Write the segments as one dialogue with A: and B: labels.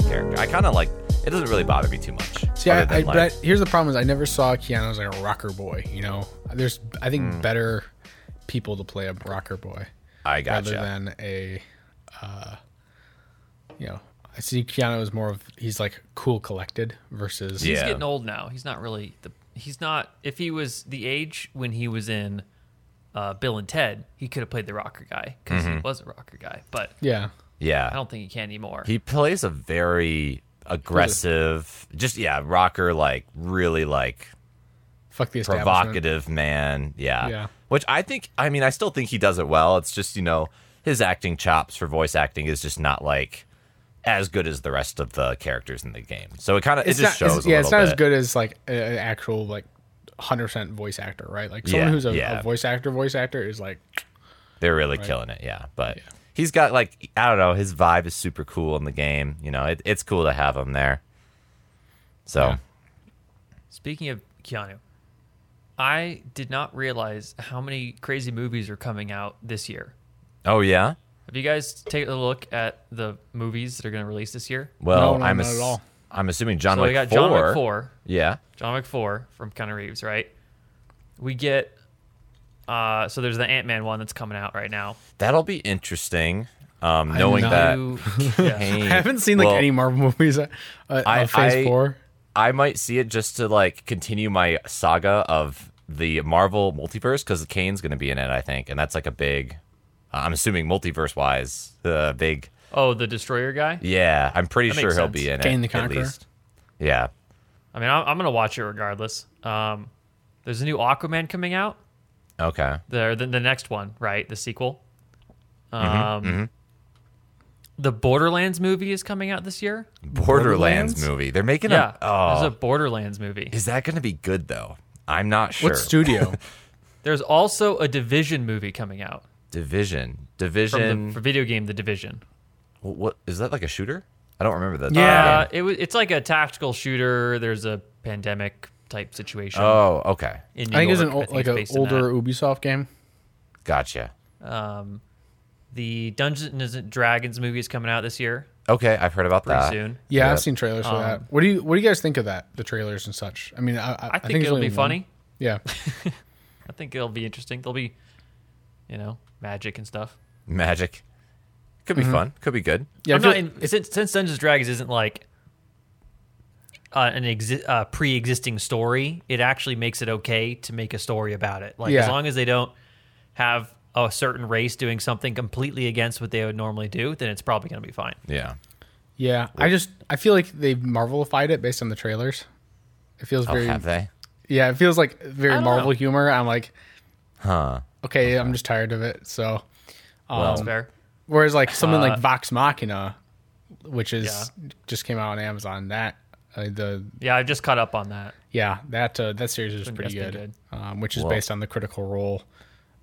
A: kind of like it doesn't really bother me too much.
B: See, I,
A: other
B: I
A: than, like-
B: but here's the problem: is I never saw Keanu as like a rocker boy. You know, there's I think
A: Hmm.
B: better people to play a rocker boy
A: I gotcha.
B: rather than a, uh, you know, I see Keanu as more of he's like cool, collected versus
A: Yeah.
C: He's getting old now. He's not really the. He's not. If he was the age when he was in uh, Bill and Ted, he could have played the rocker guy because
A: Mm-hmm.
C: he was a rocker guy. But
B: yeah.
A: yeah,
C: I don't think he can anymore.
A: He plays a very aggressive, just yeah, rocker like really like
B: Fuck the establishment.
A: provocative man. Yeah.
B: Yeah.
A: Which I think I mean I still think he does it well. It's just, you know, his acting chops for voice acting is just not like as good as the rest of the characters in the game. So it kind of it
B: It's
A: just
B: not,
A: shows
B: it's,
A: a
B: yeah,
A: little
B: it's not
A: bit.
B: as good as like a- an actual like hundred percent voice actor, right? Like someone
A: Yeah,
B: who's a,
A: yeah.
B: a voice actor, voice actor is like
A: They're really killing it, yeah. But he's got like I don't know, his vibe is super cool in the game. You know, it, it's cool to have him there. So
C: Speaking of Keanu, I did not realize how many crazy movies are coming out this year.
A: Oh yeah?
C: Have you guys taken a look at the movies that are going to release this year?
A: Well
B: No, no,
A: I'm
B: not
A: ass-
B: at all.
A: I'm assuming John
C: so
A: Wick
C: we got John Wick
A: 4.
C: four,
A: Yeah.
C: John Wick four from Keanu Reeves, right? We get. Uh, so there's the Ant Man one that's coming out right now.
A: That'll be interesting. Um, knowing that
C: You- yeah.
A: Kane-
B: I haven't seen like
A: well,
B: any Marvel movies. Uh, uh,
A: I-
B: on Phase
A: I-
B: Four.
A: I might see it just to like continue my saga of the Marvel multiverse because Kane's going to be in it, I think, and that's like a big. I'm assuming multiverse wise, uh, big.
C: Oh, the Destroyer guy.
A: Yeah, I'm pretty
C: That
A: sure
C: makes
A: he'll
C: sense.
A: be in
B: Kane the
A: it at
B: Conqueror.
A: least. Yeah,
C: I mean, I'm, I'm gonna watch it regardless. Um, there's a new Aquaman coming out.
A: okay.
C: The the, the next one, right? The sequel. Um,
A: Mm-hmm,
C: the Borderlands movie is coming out this year.
A: Borderlands,
B: Borderlands?
A: movie. They're making
C: Yeah,
A: a. Oh,
C: there's a Borderlands movie.
A: is that going to be good though? I'm not sure.
B: What studio?
C: There's also a Division movie coming out
A: Division.
C: from the
A: Division.
C: for video game The Division.
A: Wh- what is that? Like a shooter? I don't remember that.
C: uh, it was it's like a tactical shooter. There's a pandemic type situation.
A: Oh, okay.
C: in New
B: I think it's an
C: York.
B: old, like
C: it's
B: an
C: based in that.
B: older Ubisoft game.
A: Gotcha.
C: Um, the Dungeons and Dragons movie is coming out this year
A: Okay, I've heard about
C: pretty
B: Uh,
A: that.
C: soon.
B: Yeah,
A: Yeah.
B: I've seen trailers for that. What do you What do you guys think of that? The trailers and such. I mean, I, I,
C: Um, I think,
B: there's
C: it'll
B: only
C: be
B: one.
C: funny.
B: Yeah,
C: I think it'll be interesting. There'll be, you know, magic and stuff.
A: Magic. Could be
B: Mm-hmm.
A: fun. Could be good.
B: yeah.
C: I'm
B: I
C: not
B: feel-
C: in, since since Dungeons and Dragons isn't like uh, an exi- uh, pre-existing story, it actually makes it okay to make a story about it. Like as
B: Yeah.
C: long as they don't have a certain race doing something completely against what they would normally do, then it's probably going to be fine.
A: Yeah.
B: yeah, I just I feel like they Marvelified it based on the trailers. It feels
A: Oh,
B: very
A: have they?
B: yeah. It feels like very
C: don't
B: Marvel
C: know.
B: humor. I'm like,
A: Huh.
B: okay, I'm just tired of it. So, um,
C: That's fair.
B: whereas like something like Vox Machina, which is
C: Uh, Yeah.
B: just came out on Amazon. That uh, the
C: Yeah, I've just caught up on that.
B: Yeah, that uh, that series is pretty
C: that's
B: good,
C: pretty
B: Um, which is
A: Well-
B: based on the Critical Role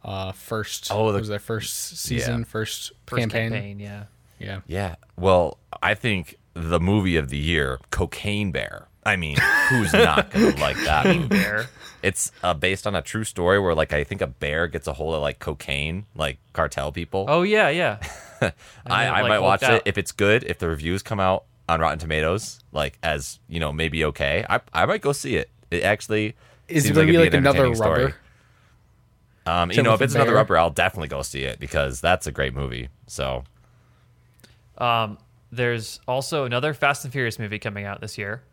B: uh, first.
A: Oh, the-
B: was their first season,
A: yeah.
B: first,
C: First
B: campaign.
C: campaign, yeah.
B: Yeah,
A: Yeah. Well, I think the movie of the year, Cocaine Bear. I mean, who's not gonna like that movie?
C: Bear.
A: It's uh, based on a true story where, like, I think a bear gets a hold of like cocaine, like cartel people.
C: Oh yeah, yeah.
A: I,
C: then it,
A: I
C: like,
A: might watch
C: worked
A: it
C: out.
A: if it's good. If the reviews come out on Rotten Tomatoes, like as you know, maybe okay. I I might go see it. It actually
B: Is it
A: seems
B: gonna
A: it'd
B: be, like,
A: an
B: another
A: entertaining story.
B: Rubber?
A: Um, you know, if
B: Timothy
A: it's another
B: Bear?
A: rubber, I'll definitely go see it because that's a great movie. So
C: Um, there's also another Fast and Furious movie coming out this year.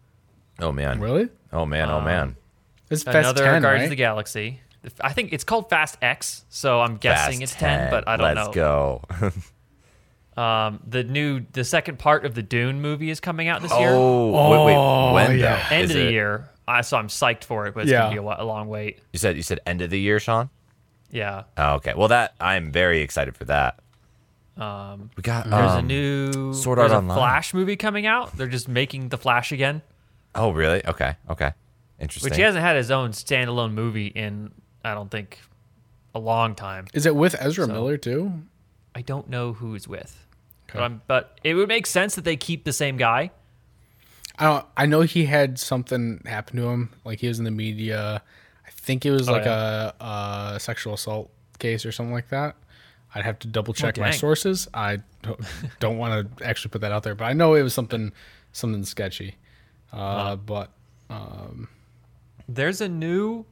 A: Oh man.
B: really?
A: Oh man.
C: Uh,
A: Oh man.
B: It's Fast
C: Another
B: Ten,
C: Guardians
B: right?
C: of the Galaxy. I think it's called Fast X, so I'm guessing
A: Fast
C: it's 10, but I don't
A: Let's
C: know.
A: go.
C: Um, the new, the second part of the Dune movie is coming out this year.
A: oh, wait, wait. When
B: yeah.
A: though?
C: End
A: Is
C: of the
A: it-
C: year. I so I'm psyched for it, but it's
B: Yeah.
C: gonna be a, wa- a long wait.
A: You said you said end of the year, Sean.
C: Yeah.
A: Oh, okay. Well, that I'm very excited for that. Um, we got
C: There's a
A: um,
C: new
A: Sword
C: there's
A: Art
C: a
A: Online.
C: Flash movie coming out. They're just making the Flash again,
A: Oh, really? Okay. Okay. Interesting.
C: which he hasn't had his own standalone movie in I don't think a long time.
B: Is it with Ezra Miller too?
C: I don't know who it's with.
B: Okay.
C: But, I'm, but it would make sense that they keep the same guy.
B: I don't. I know he had something happen to him. Like he was in the media. I think it
C: Oh,
B: was like a, a sexual assault case or something like that. I'd have to double check my
C: Oh, dang.
B: sources. I don't- don't want to actually put that out there, but I know it was something something sketchy. Uh, But um,
C: There's a new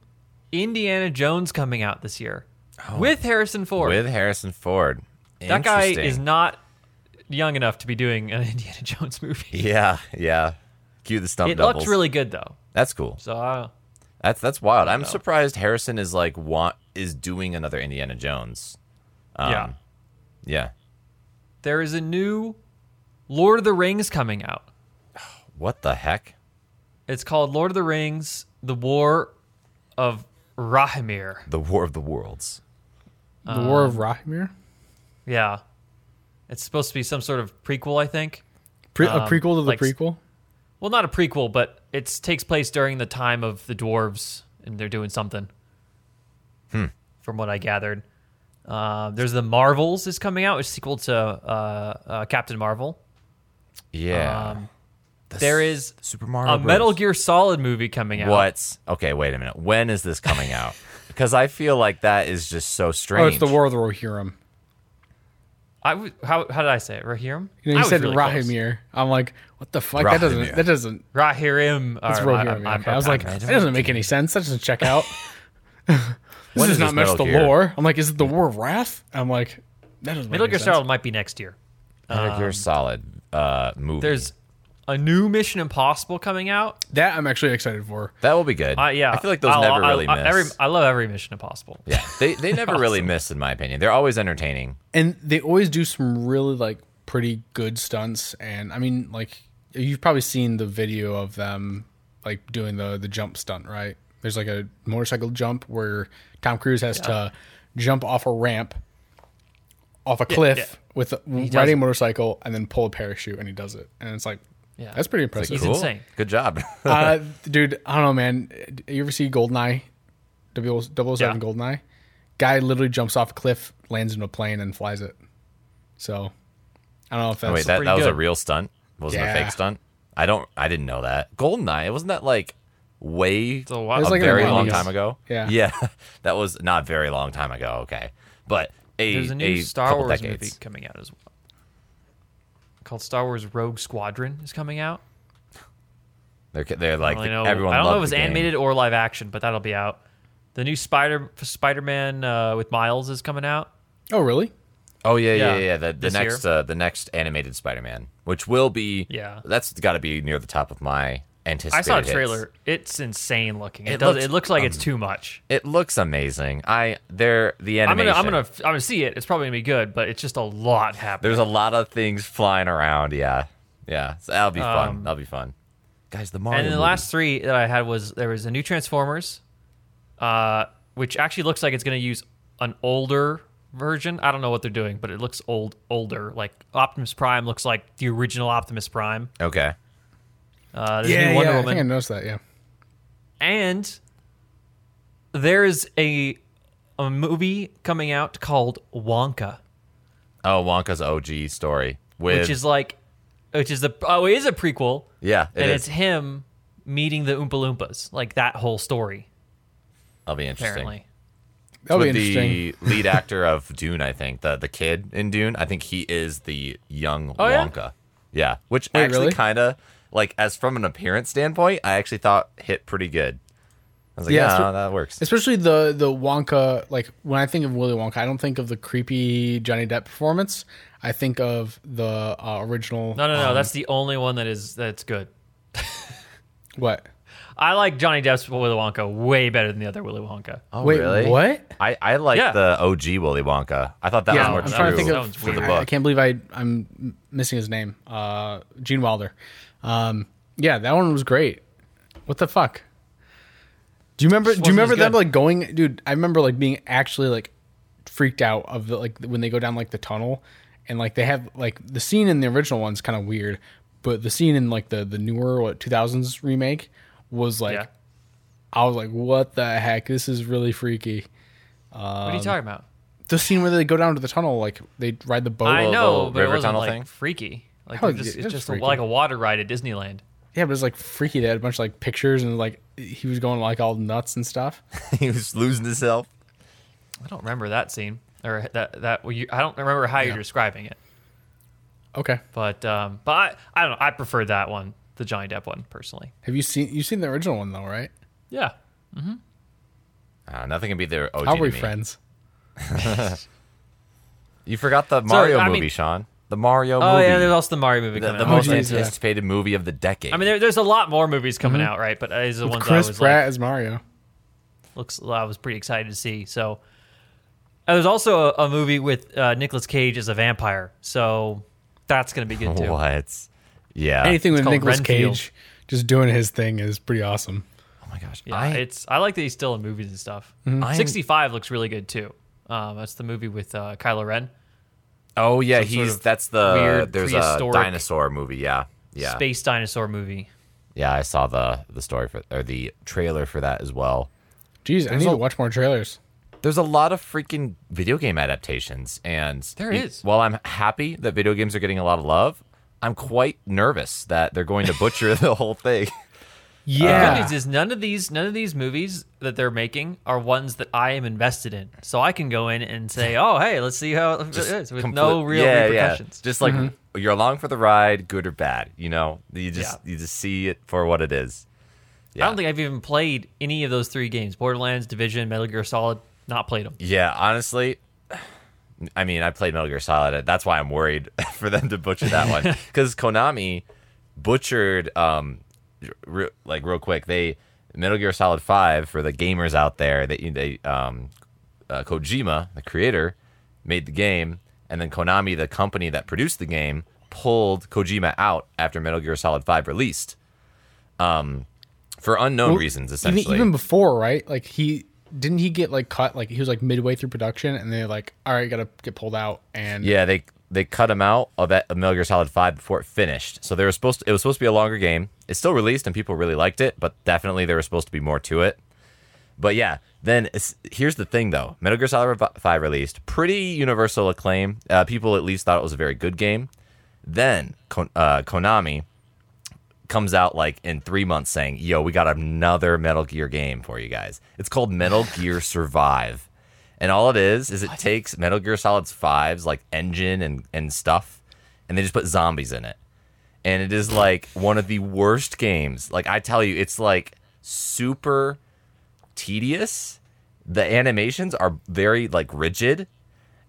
C: Indiana Jones coming out this year with Harrison Ford.
A: Oh. with Harrison Ford.
C: that guy
A: Interesting.
C: is not young enough to be doing an Indiana Jones movie.
A: Yeah, yeah. Cue the stump
C: it
A: doubles.
C: looked really good though.
A: That's cool.
C: So uh,
A: That's that's wild. I'm surprised Harrison is like want is doing another Indiana Jones. Um,
C: yeah,
A: Yeah.
C: there is a new Lord of the Rings coming out.
A: What the heck?
C: It's called Lord of the Rings: The War of Rahimir.
A: The War of the Worlds.
B: the
C: Um,
B: War of Rahimir,
C: Yeah, it's supposed to be some sort of prequel, I think.
B: Pre- a
C: um,
B: prequel to the
C: like-
B: prequel.
C: Well, not a prequel, but it takes place during the time of the dwarves, and they're doing something. Hmm.
A: Hmm.
C: From what I gathered, uh, there's the Marvels is coming out, a sequel to uh, uh, Captain Marvel.
A: Yeah.
C: Um,
A: The
C: there
A: s-
C: is
A: Super Mario.
C: A
A: Bros.
C: Metal Gear Solid movie coming out.
A: What? Okay, wait a minute. When is this coming out? Because I feel like that is just so strange.
B: Oh, it's the War of the Rohirrim.
C: I w- how how did I say it? Rahirim.
B: You know,
C: I
B: you
C: was
B: said
C: really close.
B: Rahimir. I'm like, what the fuck? That doesn't.
A: Rahimir.
B: That doesn't.
C: Rahirim.
B: It's
C: Or,
B: Rohirrim.
C: I'm-
B: okay. I was like,
A: I
B: that
A: don't
B: doesn't make any sense. That doesn't check out. this
A: When
B: does
A: is
B: not
A: this
B: match
A: Metal
B: the
A: Gear?
B: lore. I'm like, is it the War of Wrath? I'm like, that doesn't.
C: Metal
B: make
C: Gear
B: any sense.
C: Solid might be next year.
A: Metal Gear Solid uh, movie.
C: Um, There's a new Mission Impossible coming out.
B: That I'm actually excited for.
A: that will be good.
C: Uh, yeah,
A: I feel like those
C: I'll-
A: never
C: I'll-
A: really
C: I,
A: miss.
C: every- I love every Mission Impossible.
A: yeah, they they never really miss, in my opinion. They're always entertaining.
B: and they always do some really like pretty good stunts and i mean like you've probably seen the video of them like doing the the jump stunt right there's like a motorcycle jump where tom cruise has to jump off a ramp off a cliff with a, riding
C: it.
B: a motorcycle and then pull a parachute and he does it and it's like
C: Yeah.
B: that's pretty impressive
C: He's
A: cool.
C: insane.
A: Good job.
B: uh, dude, I don't know, man. You ever see Goldeneye? 00- 007
C: Yeah.
B: Goldeneye? Guy literally jumps off a cliff, lands into a plane, and flies it. So, I don't know if that's.
A: Oh, Wait, that,
C: pretty
A: that was a
C: good.
A: real stunt. Wasn't a
B: Yeah.
A: fake stunt. I don't. I didn't know that. Goldeneye. Wasn't that like way
C: a
A: a,
C: while- It was
B: like in the
A: very long
B: 90s.
A: time ago?
B: Yeah.
A: Yeah. that was not very long time ago. Okay, but a
C: There's a new Star
A: couple
C: Wars
A: decades.
C: movie coming out as well. Called Star Wars Rogue Squadron is coming out.
A: They're they're like
C: I don't, really know,
A: everyone.
C: I don't know
A: loved
C: if it was
A: the game.
C: animated or live action, but that'll be out. The new Spider Spider Man uh, with Miles is coming out.
B: oh, really?
A: Oh yeah, yeah,
C: Yeah,
A: yeah. The, the
C: this
A: next, uh, the next animated Spider-Man, which will be,
C: Yeah.
A: that's got to be near the top of my anticipated.
C: I saw a
A: hits.
C: trailer. It's insane looking. It,
A: It
C: does.
A: looks um,
C: it looks like it's too much.
A: It looks amazing. I there the
C: I'm
A: animation.
C: gonna, I'm gonna, I'm gonna see it. It's probably gonna be good, but it's just a lot happening.
A: There's a lot of things flying around. Yeah, yeah. So that'll be fun.
C: Um,
A: That'll be fun. Guys, the Mario.
C: and then the
A: movie.
C: last three that I had was there was a new Transformers, uh, which actually looks like it's gonna use an older version. I don't know what they're doing, but it looks old, older. Like Optimus Prime looks like the original Optimus Prime.
A: Okay.
C: Uh, there's a new Wonder
B: I
C: Woman.
B: think I noticed that, yeah.
C: And there is a a movie coming out called Wonka,
A: Oh, Wonka's OG story with
C: which is like, which is the oh, it is a prequel,
A: yeah. It
C: and
A: is.
C: it's him meeting the Oompa Loompas, like that whole story.
A: That'll be interesting.
C: Apparently,
B: That'll
A: with
B: be interesting.
A: the lead actor of Dune, I think the the kid in Dune. I think he is the young
C: Oh, yeah?
A: Wonka. Yeah, which actually
B: really?
A: kind of like as from an appearance standpoint, I actually thought hit pretty good. I was like,
B: Yeah,
A: yeah,
B: it's-
A: that works.
B: Especially the the Wonka, like when I think of Willy Wonka, I don't think of the creepy Johnny Depp performance. I think of the uh, original.
C: no, no, no. that's
A: Um,
C: the only one that is that's good.
B: What?
C: I like Johnny Depp's Willy Wonka way better than the other Willy Wonka.
A: Oh,
B: Wait,
A: really?
B: what?
A: I I like
C: Yeah.
A: the OG Willy Wonka. I thought that
B: Yeah, I'm
A: was more
B: trying to
A: true
B: think
C: That
B: of.
C: one's weird.
A: for the
B: I- I
A: book.
B: can't believe I I'm m- missing his name. Uh, Gene Wilder. Um, yeah, that one was great. What the fuck? Do you remember? Do you
C: wasn't as
B: remember them
C: good.
B: like going, dude? I remember like being actually like freaked out of the, like when they go down like the tunnel, and like they have like the scene in the original one's kind of weird, but the scene in like the the newer what 2000s remake was like
C: yeah.
B: I was like, what the heck? This is really freaky.
C: what are
A: um,
C: you talking about?
B: The scene where they go down to the tunnel, like they ride the boat.
C: I
A: little-
C: know,
A: little
C: but it
A: river
C: wasn't
A: tunnel
C: like
A: thing?
C: freaky. Like
B: Oh,
C: it just,
B: yeah,
C: it's
B: it's
C: just
B: freaky.
C: like a water ride at Disneyland.
B: Yeah, but it's like freaky. They had a bunch of like pictures and like he was going like all nuts and stuff.
A: he was losing himself.
C: I don't remember that scene or that that well, you, I don't remember how you're describing it.
B: Okay.
C: But um, but I, I don't know. I prefer that one, the Johnny Depp one, personally.
B: Have you seen you seen the original one though, right?
C: Yeah.
A: Uh, nothing can be their OG.
B: How
A: to
B: are we
A: me.
B: friends?
A: You forgot the Mario
C: I mean-
A: movie, Sean. The Mario
C: Oh
A: movie.
C: yeah, there's also the Mario movie
A: the,
C: coming
A: the
C: out.
A: most
B: Oh, geez, yeah.
A: anticipated movie of the decade.
C: I mean, there, there's a lot more movies coming
A: Mm-hmm.
C: out, right? But uh, these are the ones that I
B: Chris
C: was
B: Pratt
C: like,
B: as Mario.
C: looks I was pretty excited to see. So uh, there's also a, a movie with uh, Nicolas Cage as a vampire, so that's gonna be good too.
A: what? Yeah.
B: Anything with
C: called
B: Nicolas
C: Renfield.
B: Cage just doing his thing is pretty awesome.
A: Oh my gosh.
C: Yeah,
A: I, Mm-hmm.
C: it's I like that he's still in movies and stuff.
A: I'm-
C: 65 looks really good too. Um, that's the movie with uh, Kylo Ren,
A: oh yeah,
C: some sort
A: he's
C: of
A: that's the
C: weird
A: there's a
C: prehistoric-
A: dinosaur movie. Yeah. Yeah.
C: space dinosaur movie.
A: Yeah, I saw the the story for or the trailer for that as well.
B: Jeez, I need
A: a-
B: to watch more trailers.
A: There's a lot of freaking video game adaptations, and
C: There
A: you-
C: is.
A: While I'm happy that video games are getting a lot of love, I'm quite nervous that they're going to butcher the whole thing.
C: The good news is none of these none of these movies that they're making are ones that I am invested in, so I can go in and say, "Oh, hey, let's see how it is," with no
A: Compli-
C: real
A: yeah, yeah.
C: repercussions.
A: Just like you're along for the ride, good or bad. You know, you just you just see it for what it is.
C: I don't think I've even played any of those three games: Borderlands, Division, Metal Gear Solid. Not played them.
A: Yeah, honestly, I mean, I played Metal Gear Solid. That's why I'm worried for them to butcher that one because Konami butchered um, re- like real quick. They Metal Gear Solid Five for the gamers out there. They they um, uh, Kojima, the creator, made the game, and then Konami, the company that produced the game, pulled Kojima out after Metal Gear Solid Five released. Um. For unknown
B: Well,
A: reasons,
B: Even,
A: essentially.
B: even before, right? Like he didn't he get like cut like he was like midway through production and they're like, all right, gotta get pulled out and
A: Yeah, they they cut him out of that of Metal Gear Solid Five before it finished. So they were supposed to, it was supposed to be a longer game. It's still released and people really liked it, but definitely there was supposed to be more to it. But yeah, then it's, here's the thing though: Metal Gear Solid Five released pretty universal acclaim. Uh, people at least thought it was a very good game. Then Kon- uh, Konami comes out like in three months saying, "Yo, we got another Metal Gear game for you guys. It's called Metal Gear Survive, and all it is is it takes Metal Gear Solid's fives like engine and and stuff, and they just put zombies in it, and it is like one of the worst games. Like I tell you, it's like super tedious. The animations are very like rigid.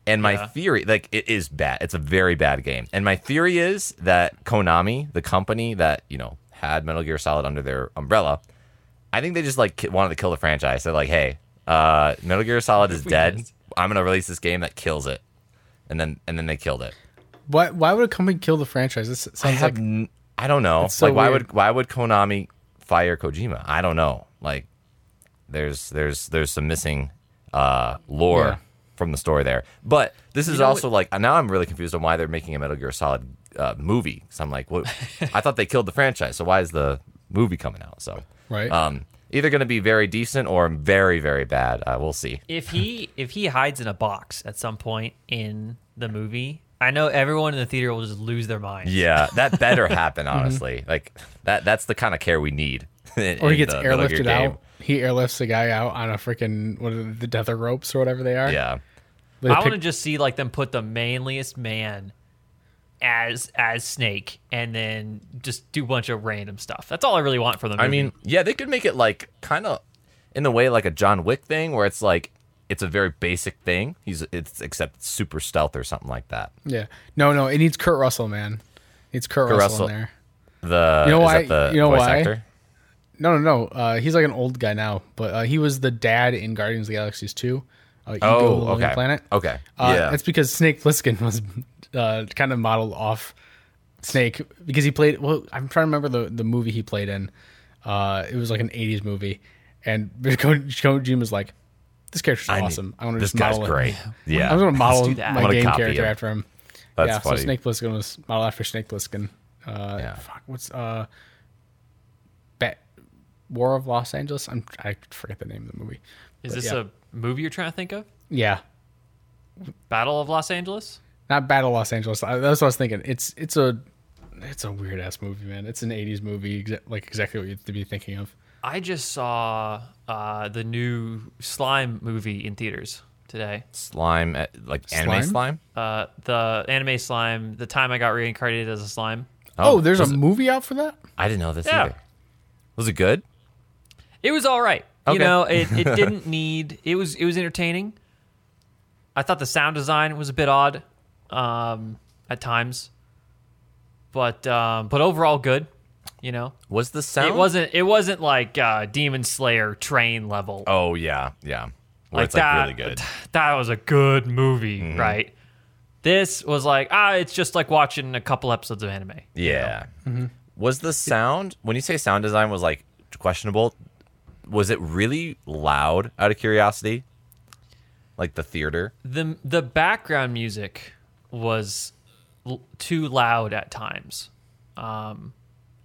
A: And my theory, like, it is bad. It's a very bad game. And my theory is that Konami, the company that you know had Metal Gear Solid under their umbrella, I think they just like ki- wanted to kill the franchise. They're like, hey, uh, Metal Gear Solid is
C: we
A: dead.
C: just-
A: I'm gonna release this game that kills it, and then and then they killed it.
B: why why would a company kill the franchise? This
A: I
B: sounds
A: have,
B: like
A: n- I don't know.
B: so
A: like, why
B: weird.
A: would why would Konami fire Kojima? I don't know. Like, there's there's there's some missing uh, lore
B: Yeah.
A: from the story there. But this is
C: know
A: also like now I'm really confused on why they're making a Metal Gear Solid uh, movie. So I'm like, what? I thought they killed the franchise. So why is the movie coming out? So
B: Right.
A: um, either going to be very decent or very very bad. Uh, we'll see.
C: If he if he hides in a box at some point in the movie, I know everyone in the theater will just lose their mind.
A: Yeah, that better happen honestly. Like that that's the kind of care we need.
B: Mm-hmm. or he gets airlifted out. He airlifts the guy out on a freaking what are the, the tether ropes or whatever they are.
A: Yeah.
B: They
C: I
B: pick-
C: want to just see like them put the manliest man as as Snake, and then just do a bunch of random stuff. That's all I really want for the movie.
A: I mean, yeah, they could make it like kind of in a way like a John Wick thing where it's like it's a very basic thing. He's it's except it's super stealth or something like that.
B: yeah. No, no, it needs Kurt Russell, man. It needs Kurt,
A: Kurt
B: Russell, in
A: Russell.
B: there.
A: The
B: You know
A: is
B: why-
A: that the
B: you know
A: voice
B: why?
A: actor?
B: No, no, no. Uh, he's like an old guy now, but uh, he was the dad in Guardians of the Galaxies 2. Uh, Ego,
A: Oh,
B: Lonely
A: okay.
B: Planet.
A: Okay.
B: Uh,
A: yeah.
B: That's because Snake Plissken was uh, kind of modeled off Snake because he played. Well, I'm trying to remember the, the movie he played in. Uh, it was like an 80s movie, and Jim was like, "This character's
A: need-
B: awesome. I want to
A: this
B: just
A: guy's
B: model
A: great.
B: Him.
A: Yeah.
B: I'm going to model
C: do that.
A: I'm
B: my
A: gonna
B: game
A: copy
B: character
A: him.
B: after him.
A: That's
B: yeah,
A: funny.
B: so Snake Plissken was modeled after Snake Plissken. Uh,
A: Yeah.
B: Fuck, what's uh, Bat- War of Los Angeles? I'm I forget the name of the movie. But
C: is this
B: yeah.
C: a movie you're trying to think of?
B: yeah?
C: Battle of Los Angeles?
B: not Battle Los Angeles. I, that's what I was thinking. It's it's a it's a weird ass movie, man. It's an '80s movie, exa- like exactly what you'd be thinking of.
C: I just saw uh, the new Slime movie in theaters. today.
A: Slime, eh, like anime slime.
B: Slime?
C: Uh, the anime slime, the time I got reincarnated as a slime.
B: Oh, there's a
A: was it-
B: movie out for that.
A: I didn't know this
C: Yeah.
A: either. Was it good?
C: It was all right.
A: Okay.
C: You know, it, it didn't need. It was it was entertaining. I thought the sound design was a bit odd um, at times, but um, but overall good. You know,
A: Was the sound?
C: it wasn't it wasn't like uh, Demon Slayer train level.
A: Oh yeah, yeah. Where it's like really good. Mm-hmm.
C: That was a good movie, right? This was like ah, it's just like watching a couple episodes of anime.
A: Yeah. Was the sound when you say sound design was like questionable? Was it really loud? Out of curiosity, like the theater.
C: the the background music was l- too loud at times, um,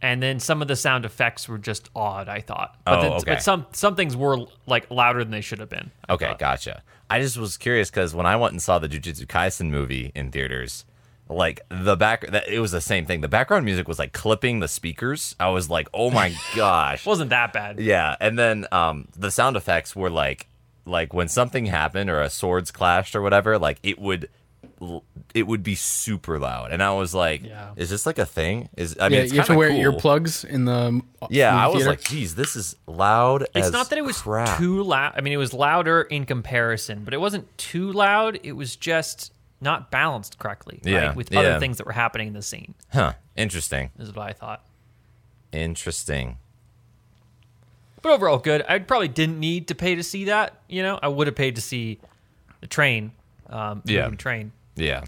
C: and then some of the sound effects were just odd. I thought, but,
A: Oh,
C: then,
A: okay.
C: but some some things were like louder than they should have been. I
A: Okay,
C: thought.
A: gotcha. I just was curious because when I went and saw the Jujutsu Kaisen movie in theaters, like the back, that, it was the same thing. The background music was like clipping the speakers. I was like, oh my gosh.
C: wasn't that bad.
A: Yeah, and then um, the sound effects were like, like when something happened or a swords clashed or whatever, like it would, l- it would be super loud, and I was like,
C: Yeah.
A: is this like a thing? Is I mean,
B: Yeah,
A: it's
B: you have to
A: kinda
B: wear
A: cool.
B: earplugs in the
A: Yeah, I
B: movie
A: was
B: theater.
A: like, geez, this is loud.
C: It's
A: as
C: not that it was
A: crap.
C: too loud. I mean, it was louder in comparison, but it wasn't too loud. It was just not balanced correctly,
A: Yeah,
C: right? With
A: yeah.
C: other things that were happening in the scene,
A: Huh? Interesting.
C: is what I thought.
A: Interesting.
C: But overall, good. I probably didn't need to pay to see that. You know, I would have paid to see the train, um, the
A: Yeah.
C: moving train.
A: Yeah.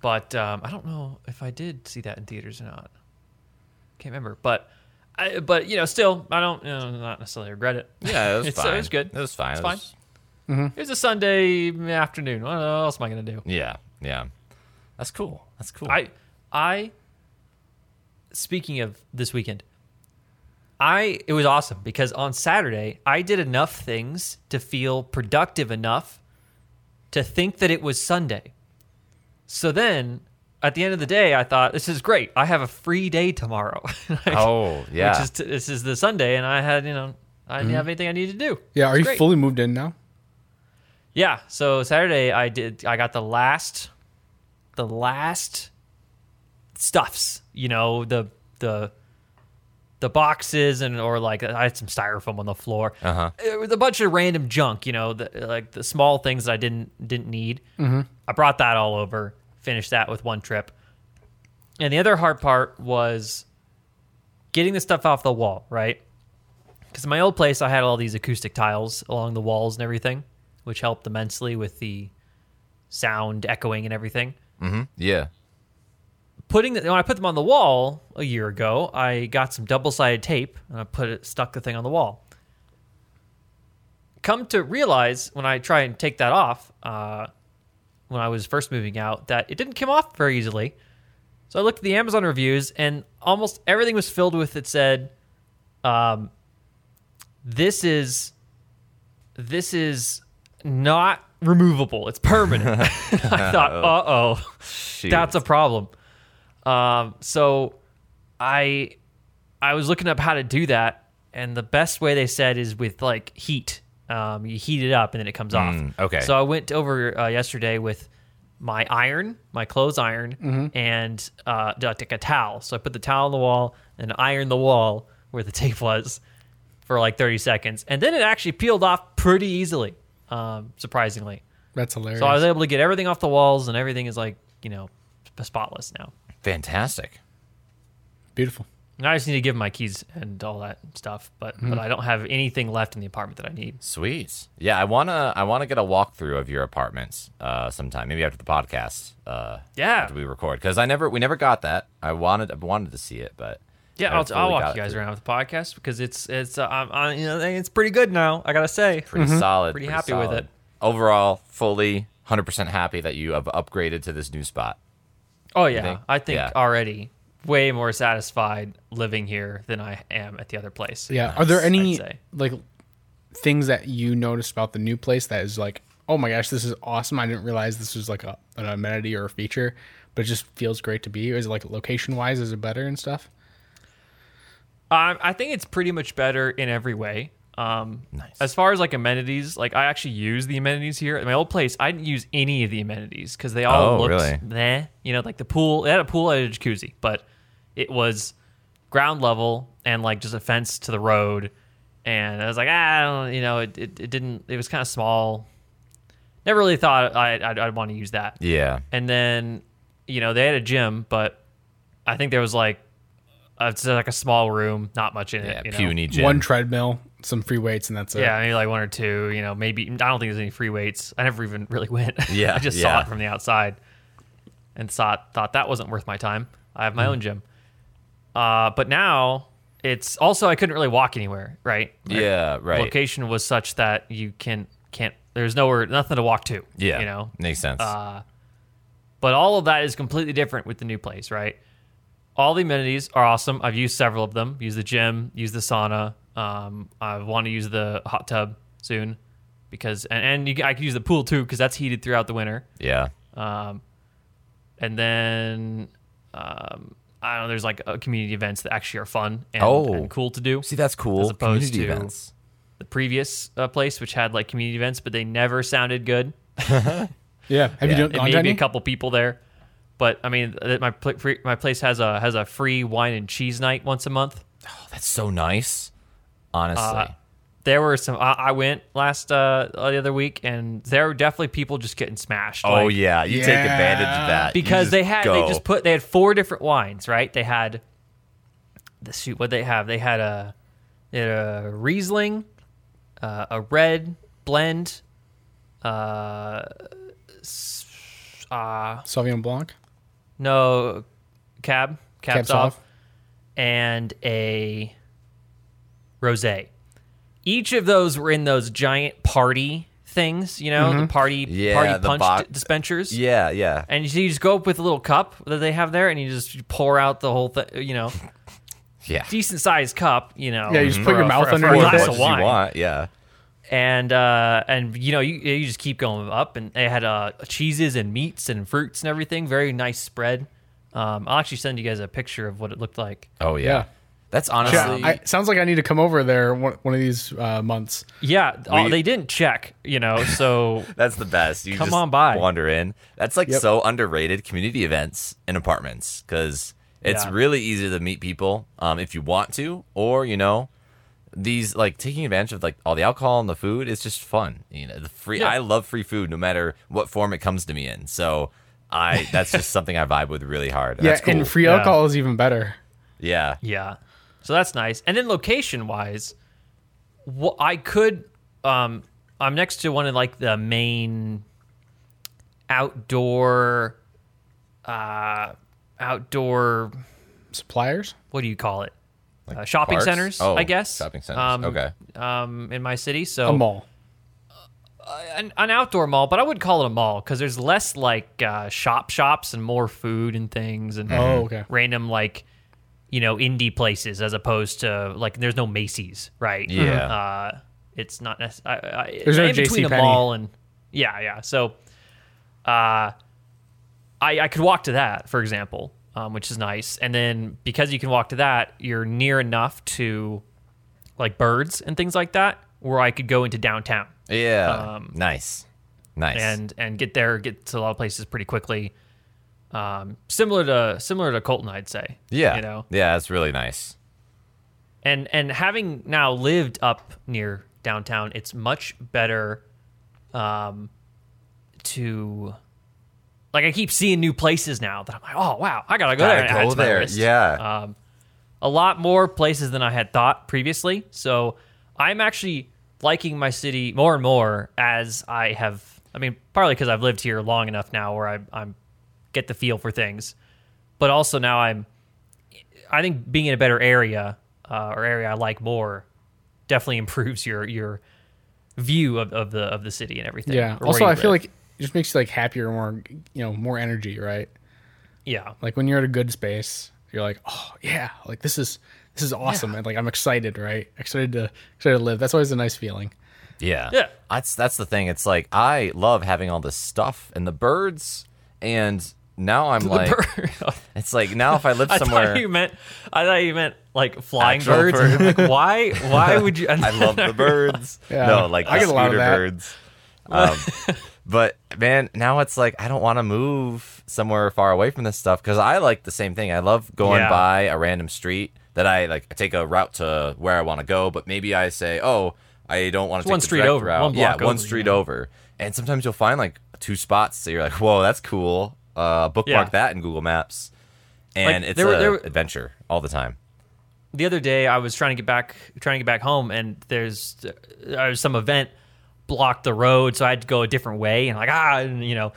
C: But um, I don't know if I did see that in theaters or not. Can't remember. But, I, but you know, still, I don't you know, not necessarily regret it.
A: Yeah, it was
C: It's- uh,
A: fine.
C: It was good.
A: It was fine.
C: It's
A: It
C: fine.
A: was-
C: It was a Sunday afternoon. What else am I gonna do?
A: yeah, yeah. That's cool. That's cool.
C: I, I. Speaking of this weekend, I it was awesome because on Saturday I did enough things to feel productive enough to think that it was Sunday. So then, at the end of the day, I thought this is great. I have a free day tomorrow.
A: oh yeah.
C: which is t- this is the Sunday, and I had you know I didn't have anything I needed to do.
B: Mm-hmm. yeah, are
C: It's
B: you
C: great.
B: fully moved in now?
C: Yeah. So Saturday I did I got the last the last stuffs, you know, the the the boxes and or like I had some styrofoam on the floor. Uh-huh. It was a bunch of random junk, you know, the, like the small things that I didn't didn't need. Mm-hmm. I brought that all over, finished that with one trip. And the other hard part was getting the stuff off the wall, right? because in my old place I had all these acoustic tiles along the walls and everything, which helped immensely with the sound echoing and everything.
A: yeah.
C: Putting the, when I put them on the wall a year ago, I got some double sided tape and I put it stuck the thing on the wall. Come to realize when I try and take that off, uh, when I was first moving out, that it didn't come off very easily. So I looked at the Amazon reviews, and almost everything was filled with it said, um, "This is, this is not removable. It's permanent." I thought, "Uh oh,
A: Shoot.
C: that's a problem." Um, so I, I was looking up how to do that, and the best way they said is with like heat. Um, you heat it up, and then it comes
A: Mm,
C: off.
A: okay.
C: So I went over uh, yesterday with my iron, my clothes iron, and uh, d- like a towel. So I put the towel on the wall and ironed the wall where the tape was for like 30 seconds, and then it actually peeled off pretty easily, um, surprisingly.
B: That's hilarious.
C: So I was able to get everything off the walls, and everything is like you know sp- spotless now.
A: fantastic.
B: Beautiful.
C: And I just need to give my keys and all that stuff, but
A: Mm-hmm.
C: but I don't have anything left in the apartment that I need.
A: Sweet. Yeah, I wanna I wanna get a walkthrough of your apartments uh sometime. Maybe after the podcast. Uh
C: Yeah.
A: after we record. Because I never we never got that. I wanted I wanted to see it, but
C: Yeah,
A: I
C: I'll,
A: never
C: I'll
A: fully
C: walk
A: got
C: you
A: it
C: guys
A: through.
C: around with the podcast because it's it's uh, I'm, I, you know it's pretty good now. I gotta say,
A: Pretty
B: Mm-hmm.
A: solid.
C: Pretty happy with it.
A: Overall, fully hundred percent happy that you have upgraded to this new spot.
C: oh yeah,
A: think?
C: I think
A: Yeah.
C: already way more satisfied living here than I am at the other place.
B: Yeah. Are there any
C: say.
B: like things that you noticed about the new place that is like, oh my gosh, this is awesome. I didn't realize this was like a, an amenity or a feature, but it just feels great to be. here. Is it like location wise, is it better and stuff?
C: Um, I think it's pretty much better in every way. Um,
A: Nice.
C: As far as like amenities, like I actually use the amenities here at my old place. I didn't use any of the amenities because they all
A: Oh,
C: looked
A: really?
C: meh. You know, like the pool. It had a pool and a jacuzzi, but it was ground level and like just a fence to the road. And I was like, ah, I don't- you know, it, it, it didn't. It was kind of small. Never really thought I, I'd, I'd want to use that.
A: Yeah.
C: And then, you know, they had a gym, but I think there was like uh, it's like a small room, not much in
A: Yeah.
C: it. you know?
A: puny gym.
B: One treadmill, some free weights, and that's it.
C: Yeah, maybe like one or two. You know, maybe I don't think there's any free weights. I never even really went.
A: Yeah,
C: I just
A: yeah.
C: saw it from the outside and saw thought that wasn't worth my time. I
A: Hmm.
C: have my own gym. Uh, but now it's also I couldn't really walk anywhere. Right. Our
A: yeah. Right.
C: Location was such that you can can't. There's nowhere, nothing to walk to.
A: Yeah.
C: You know, uh,
A: Makes sense.
C: but all of that is completely different with the new place, right? All the amenities are awesome. I've used several of them. Use the gym, use the sauna. Um, I want to use the hot tub soon because, and, and you, I could use the pool too because that's heated throughout the winter.
A: yeah.
C: And then um, I don't know. There's like uh, community events that actually are fun and,
A: Oh.
C: and cool to do.
A: See, that's cool.
C: as opposed
A: Community
C: to-
A: events.
C: The previous uh, place, which had like community events, but they never sounded good.
B: Yeah. Have you done
C: It
B: gone
C: may
B: to
C: be a
B: any?
C: couple people there, but I mean, th- my pl- free, my place has a has a free wine and cheese night once a month.
A: Oh, that's so nice. Honestly.
C: Uh, There were some. I, I went last uh, the other week, and there were definitely people just getting smashed.
A: oh
C: like,
A: yeah. You take advantage
B: Yeah.
A: of that. You
C: because
A: just
C: they had
A: go.
C: they just put they had four different wines, right? They had the shoot what they have. They had a they had a Riesling, uh, a red blend, uh, s- uh
B: Sauvignon Blanc.
C: no cab cabs,
B: Cab
C: off.
B: Sauv.
C: and a rosé. Each of those were in those giant party things, you know, the party
A: Yeah,
C: party
A: the
C: punch
A: box-
C: d- dispensers.
A: Yeah. Yeah.
C: And you just go up with a little cup that they have there, and you just pour out the whole thing, you know,
A: Yeah.
C: decent sized cup, you know.
B: Yeah, you just
C: for
B: put your
C: a-
B: mouth
C: for a- for a
A: Pour
B: underneath
A: as
B: it.
C: glass
A: much
C: of
A: as
C: wine
A: Mm-hmm. You want. Yeah.
C: and uh, and you know you you just keep going up, and they had uh, cheeses and meats and fruits and everything. Very nice spread. Um, I'll actually send you guys a picture of what it looked like.
A: Oh yeah.
B: Yeah.
A: That's
B: Yeah,
A: honestly.
B: I, sounds like I need to come over there one, one of these uh, months.
C: Yeah, oh,
A: We-
C: they didn't check, you know. So
A: That's the best. You
C: Come
A: just
C: on by.
A: Wander in. That's like
B: Yep.
A: so underrated community events in apartments because it's
C: Yeah.
A: really easy to meet people um, if you want to, or you know, these like taking advantage of like all the alcohol and the food is just fun. You know, the free.
C: Yeah.
A: I love free food no matter what form it comes to me in. So I that's just something I vibe with really hard. And
B: yeah,
A: that's cool.
B: and free
C: Yeah.
B: alcohol is even better.
A: yeah.
C: yeah, so that's nice. And then location wise, wh- I could. Um, I'm next to one of like the main outdoor, uh, outdoor.
B: Suppliers.
C: What do you call it? uh, shopping
A: parks?
C: centers,
A: Oh,
C: I guess.
A: shopping centers.
C: Um,
A: Okay.
C: Um, in my city, so
B: A mall.
C: an, an outdoor mall, but I wouldn't call it a mall because there's less like uh, shop shops and more food and things and
A: Mm-hmm.
B: Oh, okay.
C: random like you know indie places as opposed to like there's no Macy's, right?
A: Yeah.
C: uh, it's not necessarily
B: There's no
C: in between a
B: JCPenney.
C: mall and yeah, yeah. So, uh, I I could walk to that for example, um, which is nice, and then because you can walk to that, you're near enough to like birds and things like that where I could go into downtown
A: Yeah. nice. Nice.
C: Um, and and get there, get to a lot of places pretty quickly. Um, similar to similar to Colton, I'd say.
A: yeah.
C: you know,
A: Yeah, that's really nice.
C: and and having now lived up near downtown, it's much better. Um, to like I keep seeing new places now that I'm like, oh wow, I gotta go there.
A: Gotta
C: and add
A: go
C: it to my
A: there,
C: list.
A: yeah.
C: Um, a lot more places than I had thought previously. So I'm actually liking my city more and more as I have. I mean, partly because I've lived here long enough now where I I'm get the feel for things, but also now I'm. I think being in a better area uh, or area I like more definitely improves your your view of, of the of the city and everything.
B: Yeah.
C: or where
B: Also,
C: you
B: I feel
C: live.
B: like it just makes you like happier, more you know, more energy, right?
C: yeah.
B: Like when you're at a good space, you're like, oh yeah, like this is this is awesome, and like I'm excited, right? Excited to excited to live. That's always a nice feeling.
A: Yeah.
C: Yeah.
A: That's that's the thing. It's like I love having all this stuff and the birds and now I'm like
C: I
A: it's like now if I live
C: thought
A: somewhere
C: you meant I thought you meant like flying
A: Actual
C: birds.
A: bird.
C: I'm like, why? Why would you?
A: I love the birds.
B: Yeah.
A: No, like
B: I
A: the
B: get a lot of
A: scooter
B: that.
A: birds. Um, but man, now it's like I don't want to move somewhere far away from this stuff because I like the same thing. I love going
C: Yeah.
A: by a random street that I like. I take a route to where I want to go, but maybe I say, "Oh, I don't want to take
C: one
A: the
C: street
A: direct
C: over,
A: route."
C: one
A: yeah,
C: block
A: one
C: over,
A: street
C: yeah.
A: over. And sometimes you'll find like two spots that you're like, "Whoa, that's cool." Uh, bookmark
C: Yeah.
A: that in Google Maps, and it's
C: there were-
A: a
C: there were-
A: adventure all the time.
C: the other day I was trying to get back trying to get back home and there's there was some event blocked the road so I had to go a different way and like ah and, you know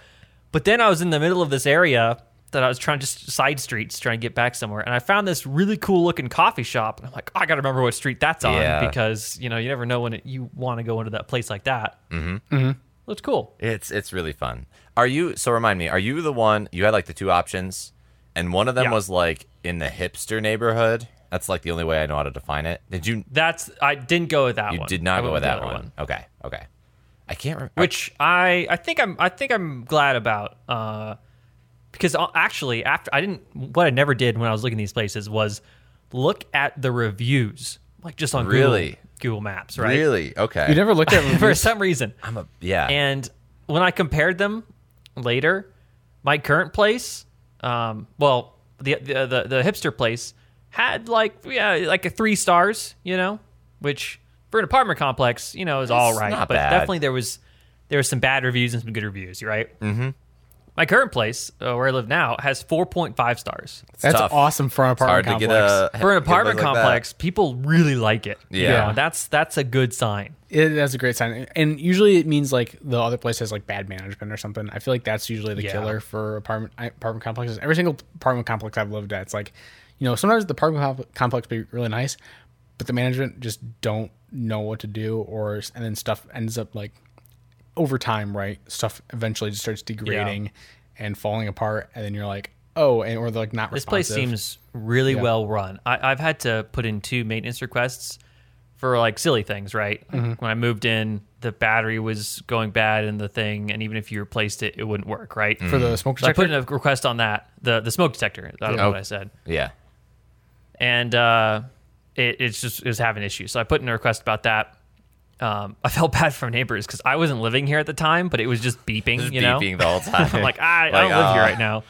C: but then I was in the middle of this area that I was trying just side streets trying to get back somewhere and I found this really cool looking coffee shop and I'm like "Oh, I got to remember what street that's on
A: Yeah.
C: because you know you never know when it, you want to go into that place like that mm-hmm. mm-hmm. looks cool
A: It's it's really fun. Are you so remind me, are you the one you had like the two options and one of them
C: Yeah.
A: was like in the hipster neighborhood? That's like the only way I know how to define it. Did you
C: that's I didn't go with that
A: you
C: one
A: did
C: I
A: not
C: went
A: go with
C: the
A: that
C: other
A: one. Okay. Okay. I can't remember.
C: which I I think I'm I think I'm glad about uh, because uh, actually after I didn't what I never did when I was looking these places was look at the reviews like just on
A: Really?
C: Google, Google Maps right
A: Really? Okay.
B: You never looked at reviews?
C: for some reason
A: I'm a yeah.
C: and when I compared them later my current place um, well the, the the the hipster place had like yeah like a three stars you know which for an apartment complex you know is all
A: It's
C: right
A: not
C: but
A: bad.
C: definitely there was there was some bad reviews and some good reviews right mm-hmm my current place uh, where i live now has 4.5 stars
B: That's
A: tough.
B: awesome for an
A: hard
B: apartment
A: to get
B: complex.
A: a
C: for an
A: get a
C: apartment
A: place like that.
C: complex people really like it you
A: Yeah.
C: know, that's that's a good sign
B: It, that's a great sign, and usually it means like the other place has like bad management or something. I feel like that's usually the
C: Yeah.
B: killer for apartment apartment complexes. Every single apartment complex I've lived at, it's like, you know, sometimes the apartment comp- complex be really nice, but the management just don't know what to do, or and then stuff ends up like over time, right? Stuff eventually just starts degrading and falling apart, and then you're like, oh, and or they're like not.
C: This place seems really well run. I, I've had to put in two maintenance requests for like silly things, right? Like, When I moved in, the battery was going bad in the thing, and even if you replaced it, it wouldn't work, right?
A: Mm.
B: for the smoke
C: so I
B: detector.
C: put in a request on that, the the smoke detector. I don't know what I said,
A: Yeah.
C: and uh, it, it's just it was having issues. So I put in a request about that. Um, I felt bad for neighbors because I wasn't living here at the time, but it was just beeping,
A: Just
C: you know,
A: beeping the whole time.
C: I'm like, I, I don't live here
A: uh,
C: right now.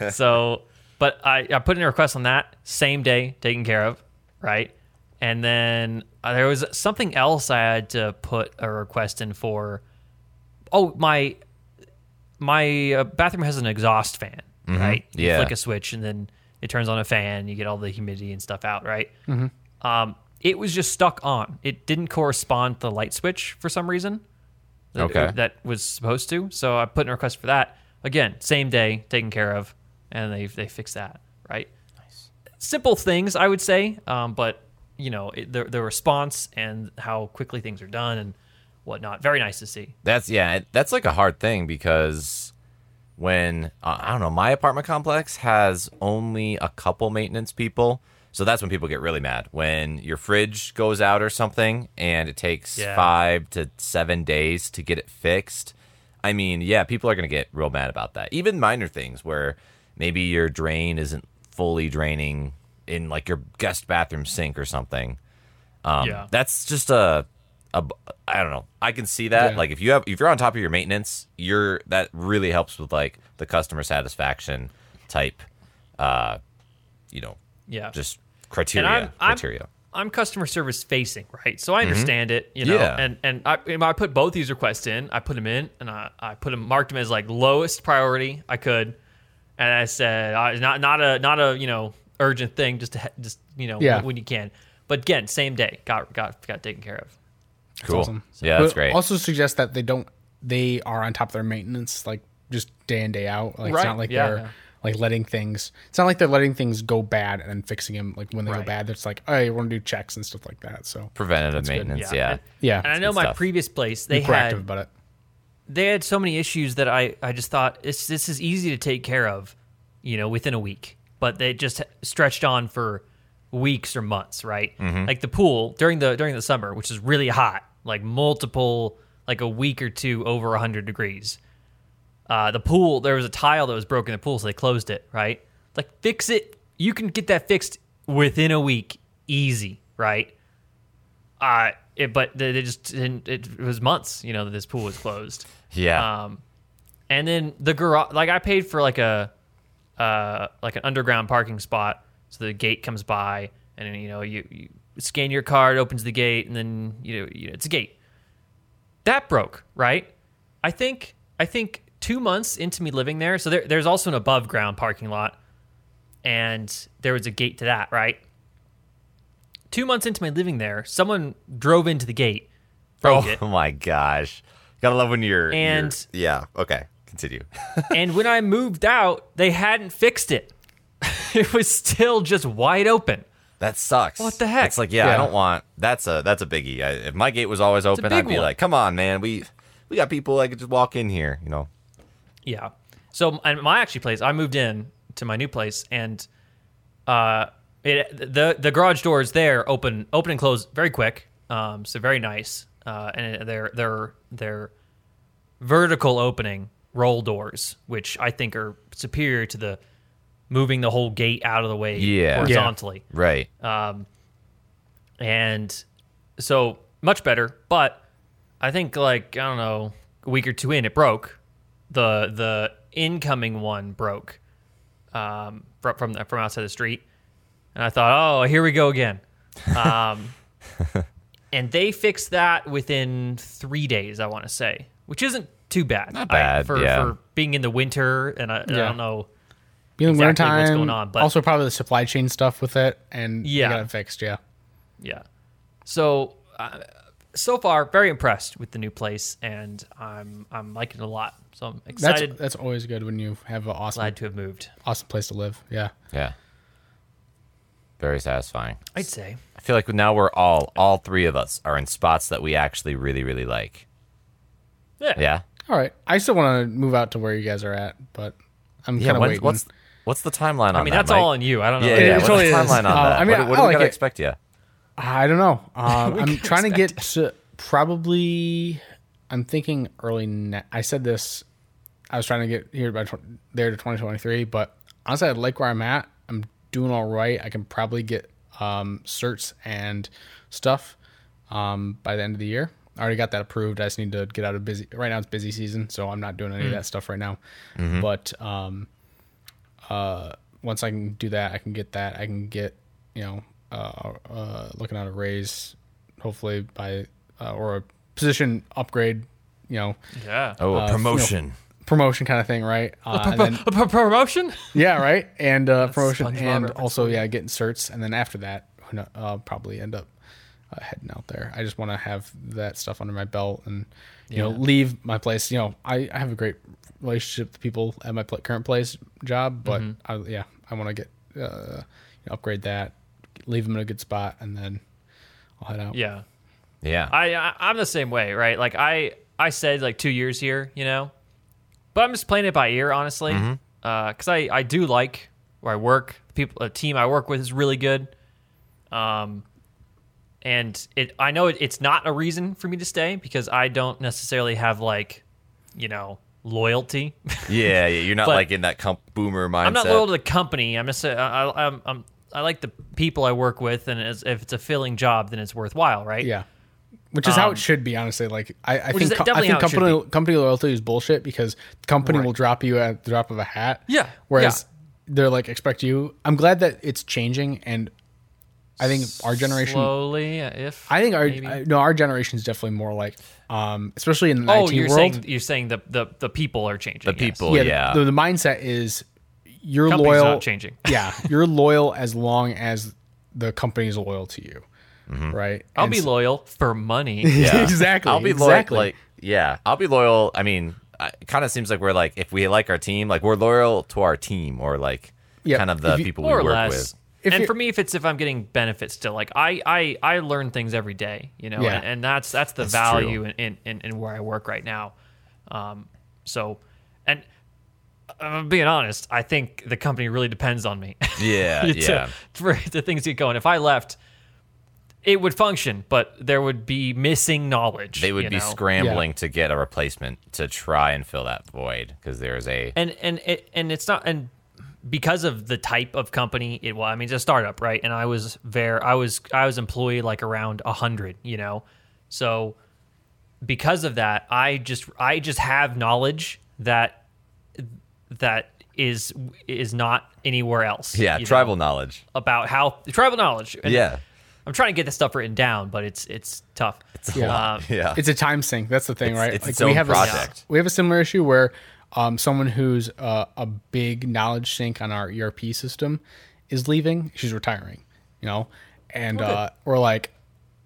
C: So, but I, I put in a request on that same day, taken care of, right? And then uh, there was something else I had to put a request in for. Oh, my my uh, bathroom has an exhaust fan, right? You
A: Mm-hmm. Yeah.
C: flick a switch and then it turns on a fan. You get all the humidity and stuff out, right? Um, it was just stuck on. It didn't correspond to the light switch for some reason that,
A: Okay.
C: that was supposed to. So I put in a request for that. Again, same day, taken care of, and they they fixed that. Right. Nice. Simple things, I would say, um, but you know it, the the response and how quickly things are done and whatnot. Very nice to see.
A: That's yeah, it- that's like a hard thing because when uh, I don't know, my apartment complex has only a couple maintenance people. So that's when people get really mad when your fridge goes out or something and it takes
C: Yeah.
A: 5 to 7 days to get it fixed. I mean, yeah, people are going to get real mad about that. Even minor things where maybe your drain isn't fully draining in like your guest bathroom sink or something. Um,
C: Yeah.
A: That's just a, a, I don't know. I can see that.
B: Yeah.
A: Like if you have, if you're on top of your maintenance, you're that really helps with like the customer satisfaction type, uh, you know,
C: Yeah.
A: just criteria
C: I'm- I'm-
A: criteria.
C: I'm customer service facing, right? So I understand it, you know.
A: Mm-hmm. Yeah.
C: And and I, and I put both these requests in. I put them in, and I, I put them marked them as like lowest priority I could, and I said uh, not not a not a you know urgent thing, just to, he- just you know
B: Yeah.
C: when, you can. But again, same day, got got got taken care of.
A: cool.
B: awesome.
A: Yeah, that's
B: But
A: great.
B: Also suggest that they don't they are on top of their maintenance like just day in day out. Like it's
C: Right,
B: not like
C: yeah.
B: they're like letting things. It's not like they're letting things go bad and then fixing them. Like when they
C: Right.
B: go bad, it's like oh, you want to do checks and stuff like that. So
A: Preventative maintenance. Yeah.
C: And,
B: Yeah,
C: And I
B: it's
C: know
A: good
C: my
A: stuff.
C: previous place
B: be
C: they
B: proactive
C: had
B: about it.
C: they had so many issues that I, I just thought this this is easy to take care of, you know, within a week. But they just stretched on for weeks or months, right? Like the pool during the during the summer, which is really hot, like multiple like a week or two over 100 degrees. Uh, the pool, there was a tile that was broken in the pool, so they closed it, right? Like fix it. You can get that fixed within a week, easy, right? Uh, it, but they they just didn't, it was months, you know, that this pool was closed.
A: Yeah.
C: Um, and then the garage, like I paid for like a, uh, like an underground parking spot. So the gate comes by, and then, you know you, you scan your card, opens the gate, and then you know, you know it's a gate. That broke, right? I think I think two months into me living there, so there, there's also an above ground parking lot, and there was a gate to that, right? Two months into my living there, someone drove into the gate, broke
A: oh
C: it,
A: my gosh. Gotta love when you're you're-
C: And-
A: yeah. Okay. Continue.
C: and when I moved out, they hadn't fixed it. it was still just wide open.
A: That sucks.
C: What the heck?
A: It's like, yeah, I
B: Yeah.
A: don't want. That's a that's a biggie. I, if my gate was always open, I'd
C: big
A: be
C: one.
A: like, come on, man, we we got people that could just walk in here, you know.
C: Yeah. So and my actually place, I moved in to my new place, and uh, it the the garage doors there open open and close very quick. Um, so very nice. Uh, and they're they're they're vertical opening roll doors, which I think are superior to the moving the whole gate out of the way
A: Yeah. Yeah.
C: horizontally.
A: Right.
B: Uh.
C: and so much better. But I think like I don't know, a week or two in, it broke. The the incoming one broke um, from from, the, from outside the street, and I thought, oh, here we go again. Um, and they fixed that within three days, I want to say, which isn't too bad. Not
A: bad,
C: for
A: yeah.
C: for being in the winter, and I, and I
B: Yeah.
C: don't know.
B: Being
C: exactly what's
B: wintertime,
C: going on, but-
B: also probably the supply chain stuff with it, and they
C: Yeah.
B: got it fixed. Yeah,
C: Yeah. So uh, so far, very impressed with the new place, and I'm I'm liking it a lot. So I'm
B: that's
C: excited,
B: that's always good when you have an awesome
C: glad to have moved.
B: awesome place to live. Yeah,
A: Yeah. Very satisfying.
C: I'd say.
A: I feel like now we're all all three of us are in spots that we actually really really like.
C: Yeah.
A: Yeah.
B: all right. I still want to move out to where you guys are at, but I'm
A: Yeah.
B: kind of
A: When,
B: waiting.
A: what's what's the timeline on?
C: I mean,
A: that,
C: that's
A: Mike?
C: all on you. I don't know.
A: Yeah.
C: Like,
A: yeah.
B: it
A: What's
B: totally
A: the
B: is.
A: timeline on
B: Uh,
A: that?
B: I mean,
A: what,
B: I-
A: what do
B: I
A: we
B: like
A: gotta
B: it.
A: expect? Yeah.
B: I don't know. Um, I'm trying to get to probably. I'm thinking early. Ne- I said this. I was trying to get here by tw- there to 2023, but honestly, I like where I'm at. I'm doing all right. I can probably get um, certs and stuff um, by the end of the year. I already got that approved. I just need to get out of busy. Right now, it's busy season, so I'm not doing any of that stuff right now. But um, once I can do that, I can get that. I can get you know uh, uh, looking at a raise, hopefully by uh, or a position upgrade, you know
C: Yeah.
A: Oh,
B: Uh,
A: a promotion.
B: promotion kind of thing, right? Uh, and then-
C: A p- promotion?
B: yeah, right. And uh, promotion
C: SpongeBob
B: and
C: reference.
B: also yeah, getting certs, and then after that, who kno- uh, probably end up uh, heading out there. I just want to have that stuff under my belt and you know leave my place. You know, I, I have a great relationship with people at my pl- current place job, but
C: Mm-hmm.
B: I, yeah, I want to get uh, you know, upgrade that, leave them in a good spot, and then I'll head out.
C: Yeah.
A: yeah.
C: I, I I'm the same way, right? Like I I said like two years here, you know, but I'm just playing it by ear, honestly, because I I do like where I work. The People, a team I work with is really good, um, and it I know it, it's not a reason for me to stay because I don't necessarily have like, you know, loyalty.
A: yeah. Yeah. You're not
C: But-
A: like in that comp boomer mindset.
C: I'm not loyal to the company. I'm just I, I, I'm, I'm I like the people I work with, and as, if it's a filling job, then it's worthwhile, right?
B: Yeah. Which is how it should be, honestly. Like I, I
C: Um, which is
B: think, co- I
C: definitely
B: think
C: how it should
B: company company loyalty is bullshit because the company will drop you at the drop of a hat.
C: Yeah,
B: Whereas they're like expect you. I'm glad that it's changing, and I think our generation.
C: Slowly, if
B: I think our
C: maybe.
B: I- no, our generation is definitely more like, um, especially in the
C: Oh,
B: IT
C: you're
B: world.
C: saying you're saying the, the, the people are changing.
A: the people.
B: yeah,
A: Yeah.
B: the- The, the mindset is you're
C: Company's
B: loyal.
C: not changing.
B: yeah, you're loyal as long as the company is loyal to you, right?
C: I'll
B: And
C: be
B: s-
C: loyal for money.
A: Yeah.
B: exactly.
A: I'll be
B: exactly.
A: loyal. Like, yeah, I'll be loyal. I mean, I, it kind of seems like we're like if we like our team, like we're loyal to our team, or like
B: Yeah,
A: kind of the
B: if you-
A: people we
C: More or
A: work
C: less.
A: with.
B: If
C: and
B: you're-
C: for me, if it's if I'm getting benefits still, like I I, I learn things every day, you know,
B: Yeah.
C: and, and that's that's the value in, in, in, in where I work right now. Um, so, and uh, I'm being honest, I think the company really depends on me.
A: Yeah,
C: to-
A: yeah,
C: for the things get going. If I left, it would function, but there would be missing knowledge.
A: they would
C: you
A: be
C: know?
A: scrambling to get a replacement to try and fill that void because there's a
C: and and it, and it's not and because of the type of company it was. I mean, it's a startup, right? And I was there. I was I was employee like around hundred, you know. So because of that, I just I just have knowledge that that is is not anywhere else.
A: Yeah,
C: you know,
A: tribal knowledge.
C: about how tribal knowledge. And
A: Yeah.
C: I'm trying to get this stuff written down, but it's it's tough. Um, It's
B: a
A: lot. yeah.
B: It's a time sink. That's the thing, right?
A: it's its own project.
B: A, we have a similar issue where um, someone who's uh, a big knowledge sink on our ERP system is leaving. She's retiring, you know, and uh, we're like,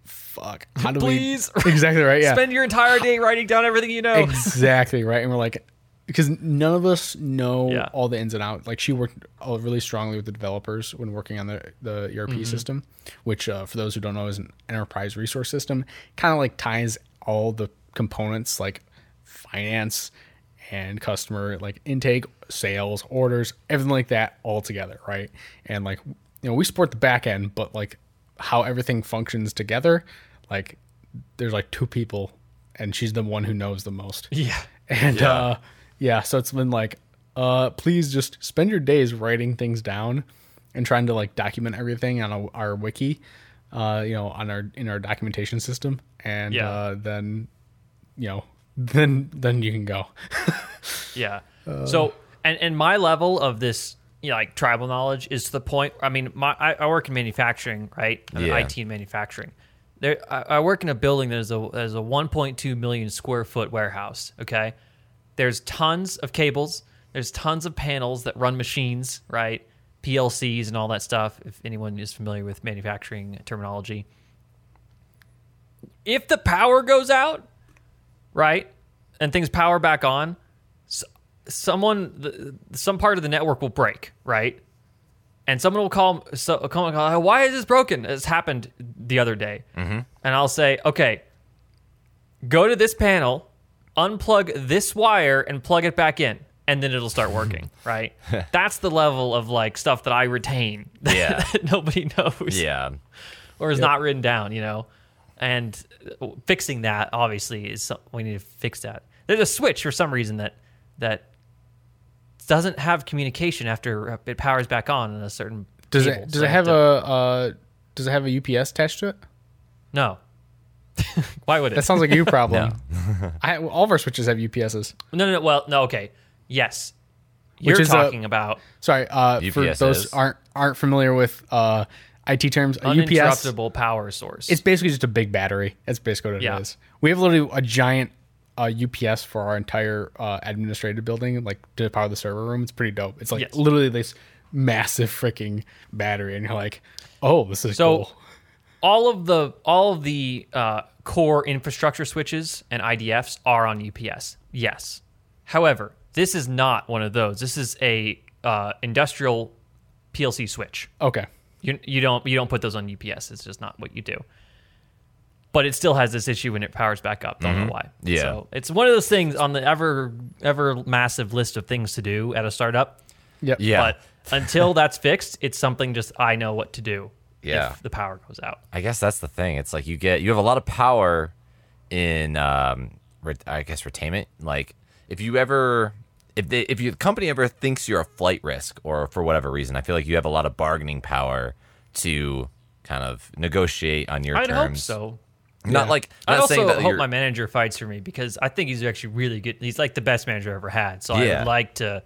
B: "Fuck, how do
C: Please.
B: we?" Exactly right. Yeah.
C: Spend your entire day writing down everything you know.
B: exactly right and we're like because none of us know
C: Yeah.
B: all the ins and outs like she worked uh, really strongly with the developers when working on the, the erp
C: Mm-hmm.
B: system which uh, for those who don't know is an enterprise resource system kind of like ties all the components like finance and customer like intake sales orders everything like that all together right and like you know we support the back end but like how everything functions together like there's like two people and she's the one who knows the most
C: yeah.
B: and
A: Yeah.
B: uh yeah, so it's been like uh please just spend your days writing things down and trying to like document everything on a, our wiki uh you know on our in our documentation system and
C: Yeah.
B: uh then you know then then you can go.
C: Yeah. so, and and my level of this, you know, like tribal knowledge is to the point. I mean, my I, I work in manufacturing, right? I'm in
A: Yeah.
C: IT and manufacturing. There, I, I work in a building that is a that is a 1.2 million square foot warehouse. Okay, there's tons of cables. There's tons of panels that run machines, right? PLCs and all that stuff. If anyone is familiar with manufacturing terminology, if the power goes out, right, and things power back on, s- someone, the, some part of the network will break, right, and someone will call, so call, call why is this broken? It's happened the other day, mm-hmm. and I'll say, okay, go to this panel, unplug this wire, and plug it back in. And then it'll start working, right? That's the level of like stuff that I retain that,
A: Yeah.
C: nobody knows
A: Yeah.
C: or is not written down, you know. And uh, fixing that obviously is some, we need to fix that. There's a switch for some reason that that doesn't have communication after it powers back on in a certain.
B: Does
C: cable,
B: it does
C: so I
B: it have
C: to-
B: a uh does it have a UPS attached to it?
C: no? Why would it?
B: That sounds like a you problem. I, all of our switches have UPSs.
C: no, no, no. Well, no. Okay. Yes, you're
B: is a-
C: talking about
B: Sorry, uh, for those
A: UPSs.
B: aren't aren't familiar with uh, IT terms, a UPS
C: uninterruptible power source.
B: It's basically just a big battery. That's basically what it is.
C: Yeah.
B: We have literally a giant uh, UPS for our entire uh, administrative building, like to power the server room. It's pretty dope. It's like
C: Yes.
B: literally this massive freaking battery, and you're like, oh, this is
C: So
B: cool.
C: all of the all of the uh, core infrastructure switches and IDFs are on UPS. Yes. However, this is not one of those. This is a uh, industrial PLC switch.
B: Okay,
C: You you don't you don't put those on UPS. It's just not what you do. But it still has this issue when it powers back up. Don't know why.
A: Mm-hmm. Yeah.
C: So it's one of those things on the ever ever massive list of things to do at a startup.
B: yep,
A: Yeah.
C: But until that's fixed, it's something just I know what to do.
A: Yeah.
C: If the power goes out.
A: I guess that's the thing. It's like you get you have a lot of power in um re- I guess retainment. Like if you ever if they, if your company ever thinks you're a flight risk or for whatever reason, I feel like you have a lot of bargaining power to kind of negotiate on your
C: I'd
A: terms.
C: hope so.
A: Not like
C: I
A: not
C: also
A: saying that
C: hope
A: you're,
C: my manager fights for me because I think he's actually really good. He's like the best manager I ever had. So I
A: Yeah.
C: would like to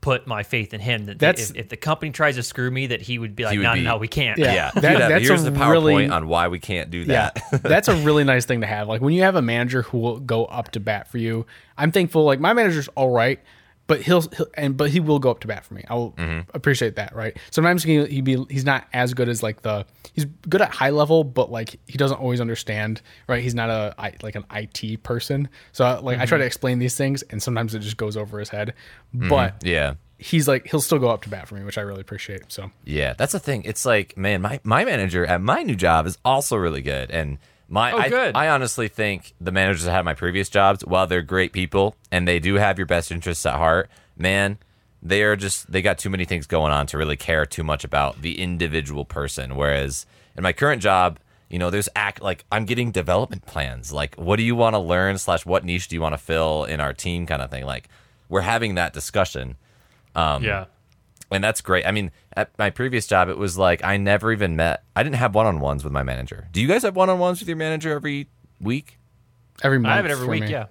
C: put my faith in him that
B: That's-
C: if, if the company tries to screw me, that he would be like,
A: would
C: no,
A: be-
C: no, we can't.
B: Yeah.
A: yeah,
B: That-
A: do that.
B: that's a
A: Here's the PowerPoint
B: really-
A: on why we can't do
B: yeah.
A: that.
B: That's a really nice thing to have. Like when you have a manager who will go up to bat for you. I'm thankful. Like my manager's all right. But he'll, he'll and but he will go up to bat for me. I will
C: Mm-hmm.
B: appreciate that, right? Sometimes he he be he's not as good as like the he's good at high level, but like he doesn't always understand, right? He's not a I- like an IT person, so like I try
C: Mm-hmm.
B: to explain these things, and sometimes it just goes over his head. But
A: yeah.
B: he's like he'll still go up to bat for me, which I really appreciate. So
A: Yeah, that's the thing. It's like, man, my, my manager at my new job is also really good. And my I,
C: good.
A: I honestly think the managers I had at my previous jobs, while they're great people and they do have your best interests at heart, man, they are just they got too many things going on to really care too much about the individual person. Whereas in my current job, you know, there's act like I'm getting development plans. Like, what do you want to learn? Slash, what niche do you want to fill in our team? Kind of thing. Like, we're having that discussion
C: Yeah.
A: and that's great. I mean, at my previous job, it was like I never even met. I didn't have one on ones with my manager. Do you guys have one on ones with your manager every week,
B: Every month.
C: I have it every
B: for
C: week.
B: me.
C: Yeah.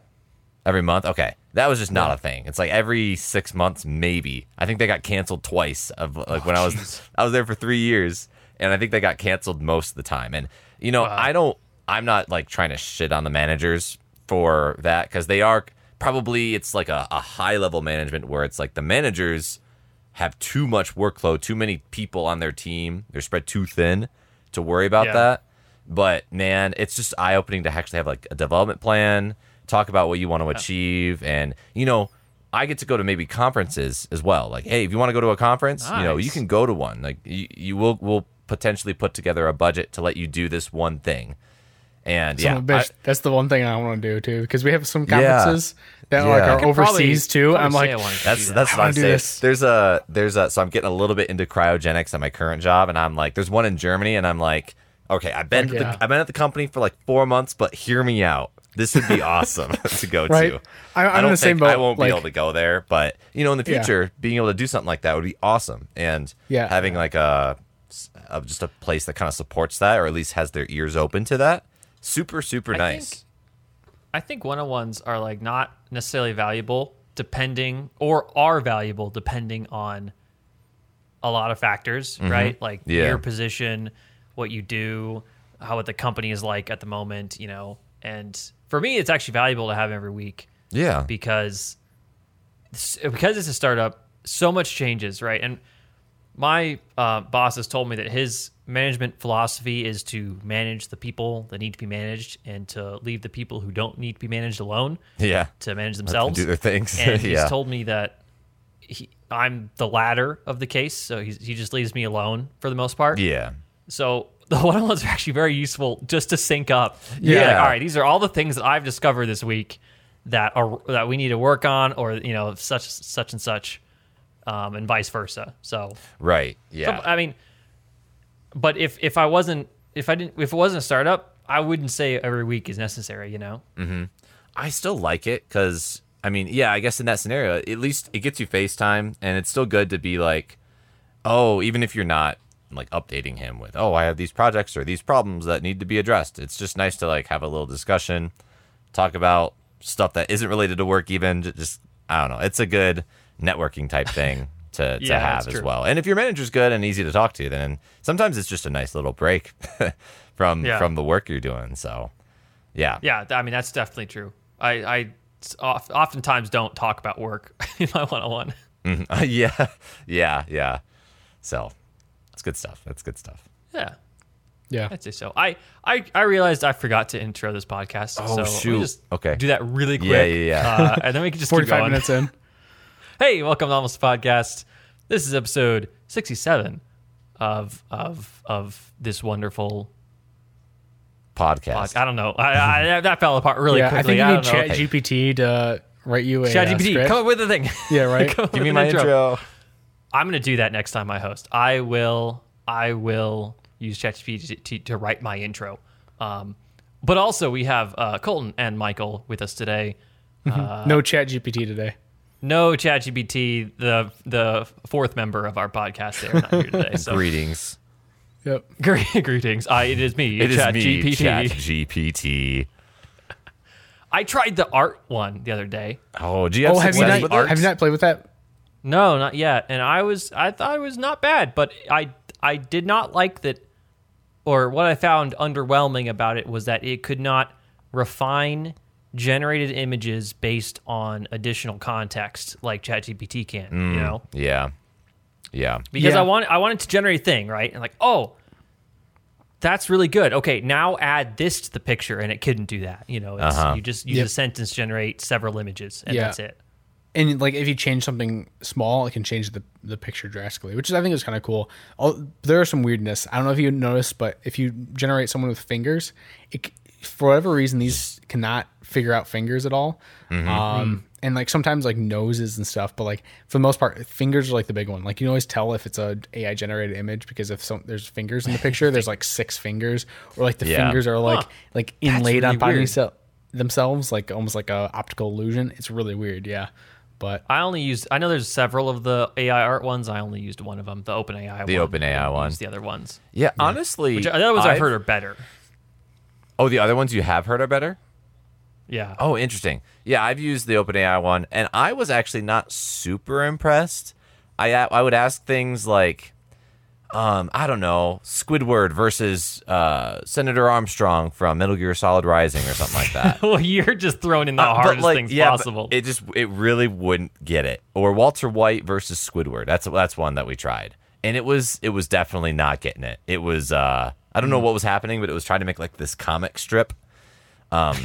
A: every month? Okay, that was just not a thing. It's like every six months, maybe. I think they got canceled twice. Of like when I was I was there for three years, and I think they got canceled most of the time. And you know, I don't. I'm not like trying to shit on the managers for that because they are probably it's like a, a high level management where it's like the managers have too much workload, too many people on their team. They're spread too thin to worry about
C: Yeah.
A: that. But man, it's just eye opening to actually have like a development plan, talk about what you want to achieve, and you know, I get to go to maybe conferences as well. Like, hey, if you want to go to a conference, you know, you
C: Nice.
A: can go to one. Like, you, you will will potentially put together a budget to let you do this one thing. And
B: Son
A: yeah,
B: of a bitch,
A: I-
B: that's the one thing I want to do too, because we have some
A: Yeah.
B: conferences that
A: Yeah. I
B: like are
A: could
C: probably-
B: overseas too.
C: probably
B: I'm
C: say
B: like,
C: I wanted to
A: That's
C: do
A: that's
B: I
A: what
B: wanna
A: I'm
B: do
A: saying.
B: this.
A: There's a there's a so I'm getting a little bit into cryogenics at my current job, and I'm like, there's one in Germany, and I'm like, okay, I've been
B: yeah.
A: at the, I've been at the company for like four months, but hear me out. This would be awesome to go
B: Right.
A: to.
B: I- I'm
A: I
B: in
A: don't
B: the same
A: think
B: boat,
A: I won't
B: like-
A: be able to go there, but you know, in the
B: Yeah.
A: future, being able to do something like that would be awesome. And
B: Yeah.
A: having like a, a just a place that kind of supports that, or at least has their ears open to that, super super
C: I think-
A: nice.
C: I think one on ones are like not necessarily valuable depending or are valuable depending on a lot of factors, right? Like
A: Yeah.
C: your position, what you do, how what the company is like at the moment, you know. And for me, it's actually valuable to have every week
A: yeah,
C: because because it's a startup, so much changes, right? And my uh, boss has told me that his management philosophy is to manage the people that need to be managed and to leave the people who don't need to be managed alone
A: yeah,
C: to manage
A: Let them
C: themselves.
A: do their things.
C: And
A: yeah,
C: he's told me that he, I'm the latter of the case, so he's, he just leaves me alone for the most part.
A: yeah.
C: So the one-on-ones are actually very useful just to sync up.
A: Yeah.
C: Yeah. Like, all right, these are all the things that I've discovered this week that are that we need to work on, or you know, such such and such, um, and vice versa. So,
A: Right. Yeah.
C: so, I mean, but if if I wasn't if I didn't if it wasn't a startup, I wouldn't say every week is necessary. You know,
A: I still like it because I mean, yeah, I guess in that scenario, at least it gets you FaceTime, and it's still good to be like, oh, even if you're not like updating him with, oh, I have these projects or these problems that need to be addressed. It's just nice to like have a little discussion, talk about stuff that isn't related to work, even J- just I don't know. It's a good networking type thing. To, to
C: Yeah,
A: have
C: that's
A: as
C: true.
A: well, and if your manager's good and easy to talk to, then sometimes it's just a nice little break from
C: Yeah.
A: from the work you're doing. So, yeah,
C: yeah, th- I mean that's definitely true. I I s- of- oftentimes don't talk about work in my one-on-one.
A: Uh, yeah, yeah, yeah. So it's good stuff. That's good stuff.
C: Yeah.
B: yeah.
C: I'd say so. I, I I realized I forgot to intro this podcast.
A: Oh,
C: so Let
A: shoot.
C: me just
A: Okay.
C: Do that really quick.
A: Yeah, yeah, yeah.
C: Uh, and then we can just keep
B: 45
C: going.
B: minutes in.
C: Hey, welcome to Almost Podcast. This is episode sixty-seven of of of this wonderful.
A: Podcast.
C: Podcast. I don't know. I, I, that fell apart really
B: yeah, I think
C: quickly.
B: you need
C: don't know.
B: Chat GPT to write you a uh,
C: ChatGPT,
B: script.
C: come up with a thing.
B: Yeah, right.
C: Come up
A: Give
C: with
A: me
C: an
A: my intro.
C: I'm gonna do that next time I host. I will. I will use ChatGPT to, to write my intro. Um, but also we have uh, Colton and Michael with us today.
B: no Chat GPT today.
C: No ChatGPT, the the fourth member of our podcast, they are not here today. So
A: Greetings.
B: Yep.
C: Gre- greetings. I, it is me,
A: It is me,
C: ChatGPT.
A: Chat GPT.
C: I tried the art one the other day.
A: Oh, do you have,
B: Oh, have you
A: success
B: not?
A: with it?
B: Have you not played with that?
C: No, not yet. And I was I thought it was not bad, but I I did not like that or what I found underwhelming about it was that it could not refine generated images based on additional context like ChatGPT can, you know?
A: Yeah, yeah,
C: Because
B: Yeah.
C: I want I wanted to generate a thing, right? And like, "Oh, that's really good. Okay, now add this to the picture and it couldn't do that, you know. It's,
A: Uh-huh.
C: You just use
B: Yep.
C: a sentence generate several images and
B: Yeah.
C: that's it.
B: And like, if you change something small, it can change the the picture drastically, which is I think is kind of cool. Al- there are some weirdness. I don't know if you noticed, but if you generate someone with fingers, it, c- for whatever reason these cannot figure out fingers at all. Um, and like sometimes like noses and stuff, but like for the most part, fingers are like the big one. Like you can always tell if it's a AI generated image because if some there's fingers in the picture, there's like six fingers, or like the
A: Yeah.
B: fingers are like
C: Huh.
B: like inlaid
C: really
B: upon
C: weird.
B: themse- themselves, like almost like a optical illusion. It's really weird. Yeah. But
C: I only used. I know there's several of the AI art ones. I only used one of them, the OpenAI one.
A: The OpenAI
C: I didn't
A: one.
C: use The other ones.
A: Yeah, uh, honestly,
C: Which, the other ones I've,
A: I've-
C: heard are better.
A: Oh, the other ones you have heard are better.
C: Yeah.
A: Oh, interesting. Yeah, I've used the OpenAI one, and I was actually not super impressed. I I would ask things like, um, I don't know, Squidward versus uh, Senator Armstrong from Metal Gear Solid Rising or something like that.
C: well, you're just throwing in the
A: Uh, but,
C: hardest
A: like,
C: things
A: yeah, but
C: possible.
A: It just it really wouldn't get it. Or Walter White versus Squidward. That's that's one that we tried, and it was it was definitely not getting it. It was uh, I
C: Hmm.
A: don't know what was happening, but it was trying to make like this comic strip. Um,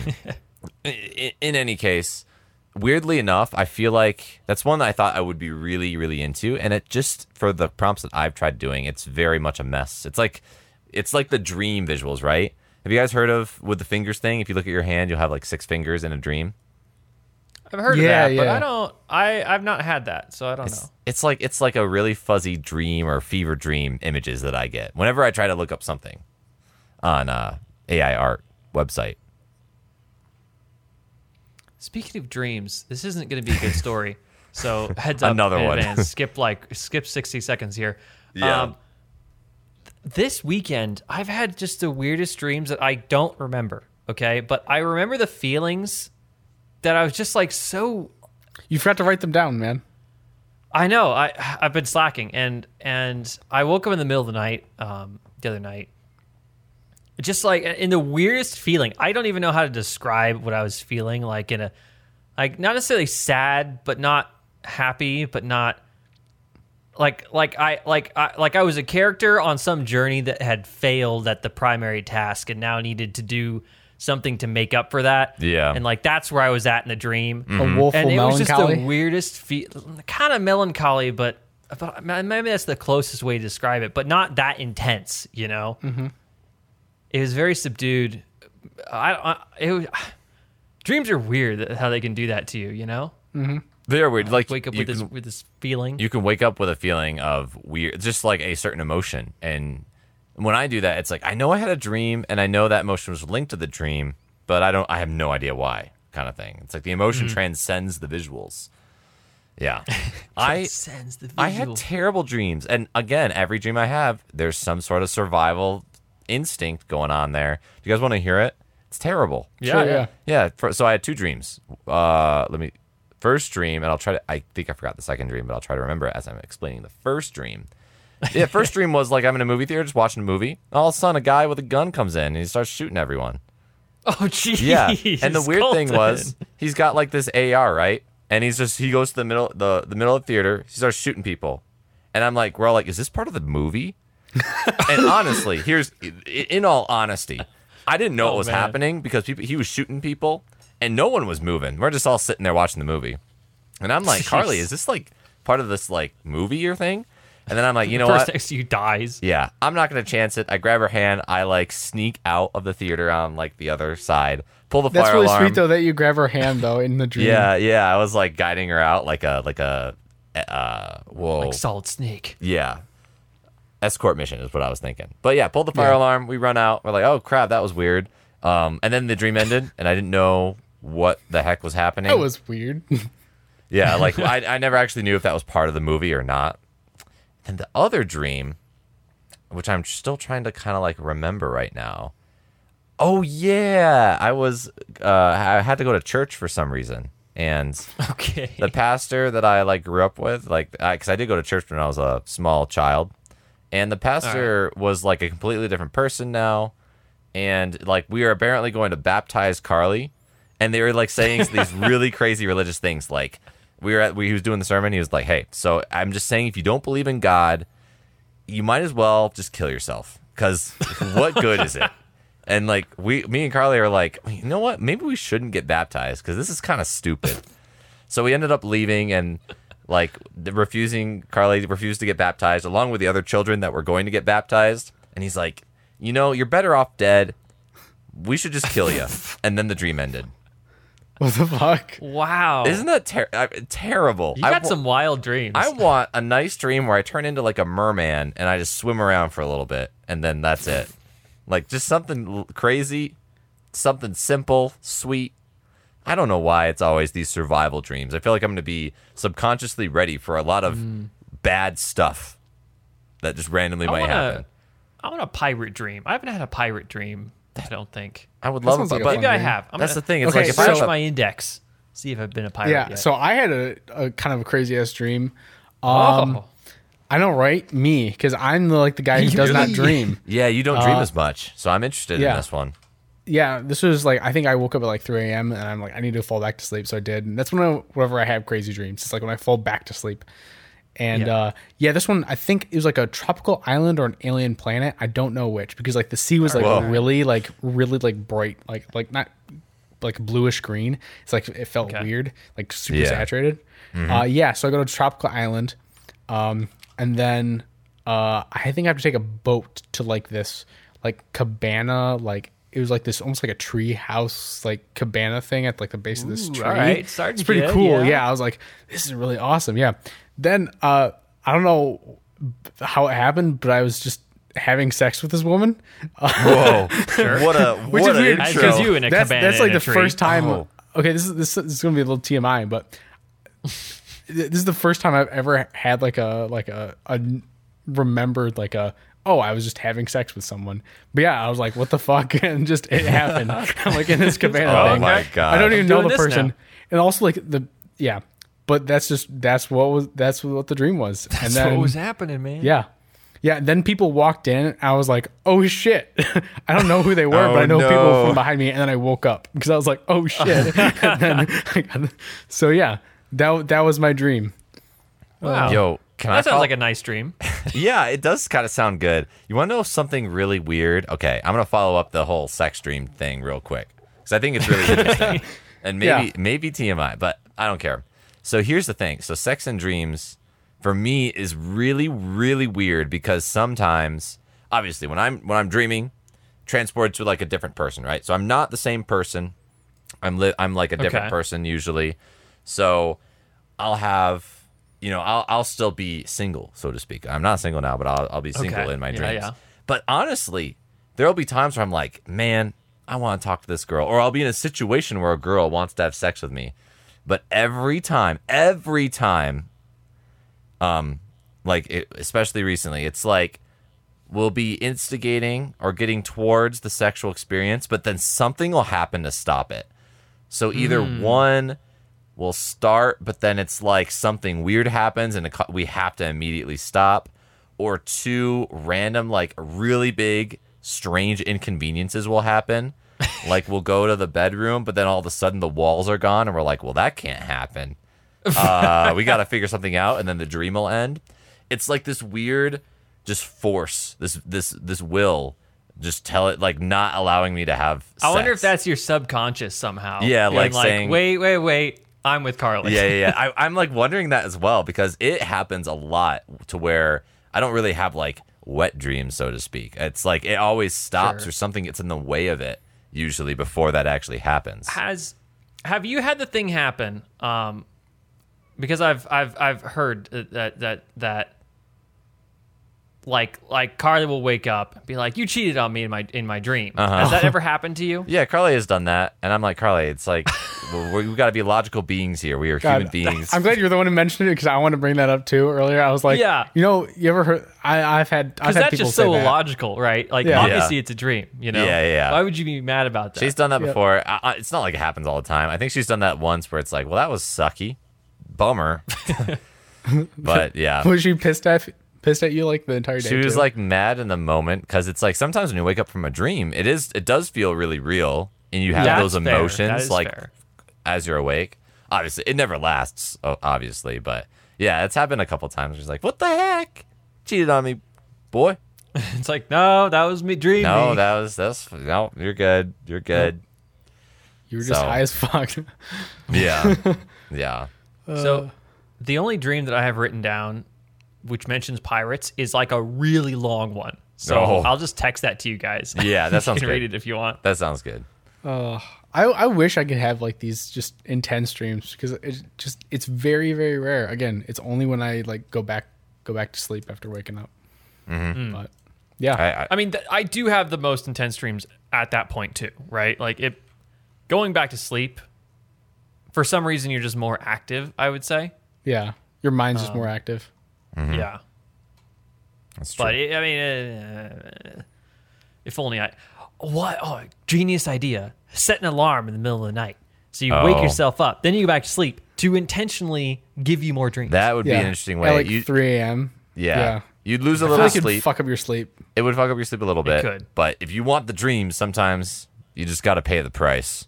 A: in, in any case, weirdly enough, I feel like that's one that I thought I would be really really into, and it just for the prompts that I've tried doing, it's very much a mess. It's like it's like the dream visuals, right? Have you guys heard of with the fingers thing? If you look at your hand, you'll have like six fingers in a dream.
C: I've heard
B: Yeah,
C: of that, but
B: yeah.
C: I don't. I I've not had that, so I don't
A: It's,
C: know.
A: it's like it's like a really fuzzy dream or fever dream images that I get whenever I try to look up something on uh, AI art website.
C: Speaking of dreams, this isn't going to be a good story. So heads up,
A: Another
C: in
A: one.
C: advance. Skip like skip sixty seconds here. Um,
A: Yeah.
C: th- this weekend, I've had just the weirdest dreams that I don't remember. Okay, but I remember the feelings that I was just like so
B: you forgot to write them down, man.
C: I know. I I've been slacking, and and I woke up in the middle of the night um, the other night, just like in the weirdest feeling. I don't even know how to describe what I was feeling. Like in a, like not necessarily sad, but not happy, but not like like I like I like I was a character on some journey that had failed at the primary task and now needed to do something to make up for that.
A: Yeah.
C: and like that's where I was at in the dream
B: A woeful
C: Mm-hmm. and it was just
B: melancholy.
C: the weirdest feel kind of melancholy but, but maybe that's the closest way to describe it but not that intense you know it was very subdued i, I it was, dreams are weird how they can do that to you you know
A: They're weird. Like
C: wake up
A: you
C: with this
A: can,
C: with this feeling
A: you can wake up with a feeling of weird, just like a certain emotion. And when I do that, it's like I know I had a dream, and I know that emotion was linked to the dream, but I don't. I have no idea why. Kind of thing. It's like the
C: Mm.
A: emotion transcends the visuals. Yeah, I
C: sends the visual.
A: I had terrible dreams. And again, every dream I have, there's some sort of survival instinct going on there. Do you guys want to hear it? It's terrible.
C: yeah,
B: Sure,
C: yeah.
A: Yeah. fir- so I had two dreams. Uh, let me first dream, and I'll try to. I think I forgot the second dream, but I'll try to remember it as I'm explaining the first dream. Yeah, first dream was like I'm in a movie theater just watching a movie. And all of a sudden, a guy with a gun comes in and he starts shooting everyone.
C: oh jeez
A: Yeah. and the weird thing
C: Colton.
A: was he's got like this AR, right? And he's just he goes to the middle the, the middle of the theater, he starts shooting people. And I'm like, we're all like, is this part of the movie? and honestly, here's i- in all honesty, I didn't know what was
C: Oh, man.
A: happening because people he was shooting people and no one was moving. We're just all sitting there watching the movie. And I'm like, Carly,
C: Jeez.
A: is this like part of this like movie or thing? And then I'm like, you know
C: first
A: what?
C: next to you dies
A: Yeah, I'm not gonna chance it. I grab her hand. I like sneak out of the theater on like the other side. Pull the
B: That's
A: fire
B: really
A: alarm.
B: sweet though that you grab her hand though in the dream.
A: Yeah, yeah. I was like guiding her out like a like a uh whoa
C: like solid snake
A: yeah escort mission is what I was thinking. But yeah, pulled the fire
B: Yeah.
A: alarm. We run out. We're like, oh crap, that was weird. Um, and then the dream ended, and I didn't know what the heck was happening.
B: That was weird.
A: Yeah, like I, I never actually knew if that was part of the movie or not. And the other dream, which I'm still trying to kind of like remember right now. Oh yeah, I was uh, I had to go to church for some reason, and
C: okay
A: the pastor that I like grew up with, like, because I did go to church when I was a small child, and the pastor was like a completely different person now, and like we were apparently going to baptize Carly, and they were like saying these really crazy religious things. Like we were at, we, he was doing the sermon, he was like, "Hey, so I'm just saying, if you don't believe in God, you might as well just kill yourself, because what good is it?" And like we, me and Carly are like, you know what? Maybe we shouldn't get baptized because this is kind of stupid. So we ended up leaving and like the- refusing Carly refused to get baptized along with the other children that were going to get baptized and he's like, "You know, you're better off dead. We should just kill you." and then the dream ended.
B: what the fuck?
C: wow
A: Isn't that ter- I, terrible?
C: you
A: I
C: got
A: wa-
C: some wild dreams
A: I want a nice dream where I turn into like a merman and I just swim around for a little bit and then that's it. Like just something l- crazy, something simple, sweet. I don't know why it's always these survival dreams. I feel like I'm going to be subconsciously ready for a lot of
B: Mm.
A: bad stuff that just randomly
C: I
A: might
C: want
A: happen.
C: a, I want a pirate dream. I haven't had a pirate dream. I don't think.
A: I would
B: That
A: love,
B: sounds
A: but,
B: like a
A: but
B: fun
C: Maybe I
B: dream.
C: have. I'm
A: that's
C: gonna,
A: the thing. It's
B: Okay,
A: like if
B: so-
A: I have
C: search
A: a-
C: my index, see if I've been a pirate
B: Yeah.
C: yet.
B: So I had a, a kind of a crazy ass dream.
C: oh,
B: Um, I know, right? Me, because I'm the, like the guy who does not
A: You're the-
B: dream.
A: yeah, you don't dream as much, so I'm interested in
B: Uh, yeah.
A: this one.
B: Yeah, this was like I think I woke up at like 3 a.m. and I'm like I need to fall back to sleep, so I did. And that's when I, whenever I have crazy dreams, it's like when I fall back to sleep. And
C: Yeah.
B: yeah. uh yeah, this one I think it was like a tropical island or an alien planet. I don't know which because like the sea was like
A: Whoa.
B: really like really like bright, like like not like bluish green. It's like it felt
C: Okay.
B: weird, like super
A: Yeah. Mm-hmm.
B: saturated. Uh, yeah, so I go to tropical island, um, and then uh, I think I have to take a boat to like this like cabana, like it was like this almost like a tree house like cabana thing at like the base of this tree.
C: all right, starting
B: it's pretty
C: good,
B: cool.
C: yeah.
B: yeah, I was like, this is really awesome. Yeah. Then uh, I don't know how it happened, but I was just having sex with this woman.
A: Whoa, what a
B: Which
A: what
B: is
A: a
B: weird
C: As
A: intro.
C: is you in a
B: that's,
C: cabana
B: that's like
C: in a
B: the
C: tree.
B: first time.
A: Oh.
B: Okay, this is this, is- this is gonna be a little TMI, but th- this is the first time I've ever had like a like a, a n- remembered like a oh I was just having sex with someone. But yeah, I was like, what the fuck, and just it happened. I'm like in this cabana.
A: Oh
B: thing.
A: my God.
B: I don't even
C: I'm
B: know
C: doing
B: the
C: this
B: person,
C: now.
B: and also like the yeah. But that's just that's what was that's what the dream was. and
C: that's
B: then,
C: what was happening, man.
B: yeah. Yeah, then people walked in. I was like, "Oh shit!" I don't know who they were, but
A: Oh,
B: I know
A: no.
B: people from behind me. And then I woke up because I was like, "Oh shit!" and then, so yeah, that that was my dream.
C: Wow.
A: Yo, can I
C: that sounds
A: follow-
C: like a nice dream.
A: yeah, it does kind of sound good. You want to know something really weird? Okay, I'm gonna follow up the whole sex dream thing real quick because I think it's really interesting, and maybe
B: Yeah.
A: maybe TMI, but I don't care. So here's the thing: so sex and dreams for me is really really weird because sometimes, obviously, when I'm when I'm dreaming, transported to like a different person, right? So I'm not the same person. I'm li- I'm like a different
C: Okay.
A: person usually, so I'll have you know I'll I'll still be single so to speak. I'm not single now, but I'll I'll be single
C: Okay.
A: in my
C: Yeah,
A: dreams.
C: yeah.
A: But honestly, there'll be times where I'm like, man, I want to talk to this girl, or I'll be in a situation where a girl wants to have sex with me. But every time, every time, um, like it, especially recently, it's like will be instigating or getting towards the sexual experience, but then something will happen to stop it. So either
C: Hmm.
A: one will start, but then it's like something weird happens and it co- we have to immediately stop, or two random, like really big, strange inconveniences will happen. like we'll go to the bedroom, but then all of a sudden the walls are gone, and we're like, well, that can't happen. uh, we got to figure something out, and then the dream will end. It's like this weird, just force this this this will just tell it like not allowing me to have.
C: I wonder if
A: sex.
C: that's your subconscious somehow.
A: Yeah,
C: being
A: like
C: like
A: saying-
C: wait, wait, wait. I'm with Carly.
A: yeah, yeah, yeah. I, I'm like wondering that as well because it happens a lot to where I don't really have like wet dreams, so to speak. It's like it always stops
C: Sure.
A: or something gets in the way of it usually before that actually happens.
C: has have you had the thing happen um because i've i've i've heard that that that like like carly will wake up and be like you cheated on me in my in my dream
A: Uh-huh.
C: has that ever happened to you
A: Yeah, Carly has done that, and I'm like Carly. It's like we have got to be logical beings here. We are human
B: God,
A: beings.
B: I'm glad you're the one who mentioned it because I want to bring that up too. Earlier, I was like,
C: Yeah.
B: you know, you ever heard? I, I've had I've
C: because
B: had
C: that's
B: people
C: just
B: say
C: so
B: that.
C: illogical right like
B: Yeah.
C: obviously
A: Yeah.
C: it's a dream you know
A: Yeah, yeah.
C: why would you be mad about that
A: She's done that before. I, I, it's not like it happens all the time. I think she's done that once where it's like, well, that was sucky, bummer. but yeah,
B: Was she pissed at pissed at you like the entire day?
A: she was
B: too?
A: like mad in the moment because it's like sometimes when you wake up from a dream, it is it does feel really real, and you have
C: That's
A: those
C: fair. That
A: emotions
C: is
A: like
C: fair.
A: as you're awake. Obviously, it never lasts, o- obviously, but yeah, it's happened a couple times. She's like, "What the heck? Cheated on me, boy."
C: it's like no that was me dreaming
A: No, that was that's no. You're good. You're good.
B: you were just
A: so.
B: high as fuck.
A: Yeah, yeah. Uh,
C: So the only dream that I have written down, which mentions pirates, is like a really long one. So
A: Oh.
C: I'll just text that to you guys.
A: Yeah, that sounds
C: you can read
A: good.
C: it if you want.
A: That sounds good.
B: I, I wish I could have like these just intense dreams because it's just it's very very rare. Again, it's only when I like go back go back to sleep after waking up.
A: Mm-hmm.
C: Hmm.
B: But yeah,
A: I, I,
C: I mean, th- I do have the most intense dreams at that point too, right? Like it, going back to sleep for some reason you're just more active. I would say,
B: Yeah, your mind's
C: Oh.
B: just more active.
A: Mm-hmm.
C: yeah.
A: That's true.
C: But it, I mean, uh, if only I. What? Oh, genius idea! Set an alarm in the middle of the night so you wake
A: Oh.
C: yourself up. Then you go back to sleep to intentionally give you more dreams.
A: that would
B: yeah,
A: be an interesting
B: At,
A: way.
B: like
A: You-
B: three a.m.
A: yeah.
B: yeah.
A: You'd lose a
B: I feel
A: little
B: like it'd
A: sleep.
B: fuck up your sleep.
A: it would fuck up your sleep a little bit.
C: could.
A: But if you want the dreams, sometimes you just got to pay the price.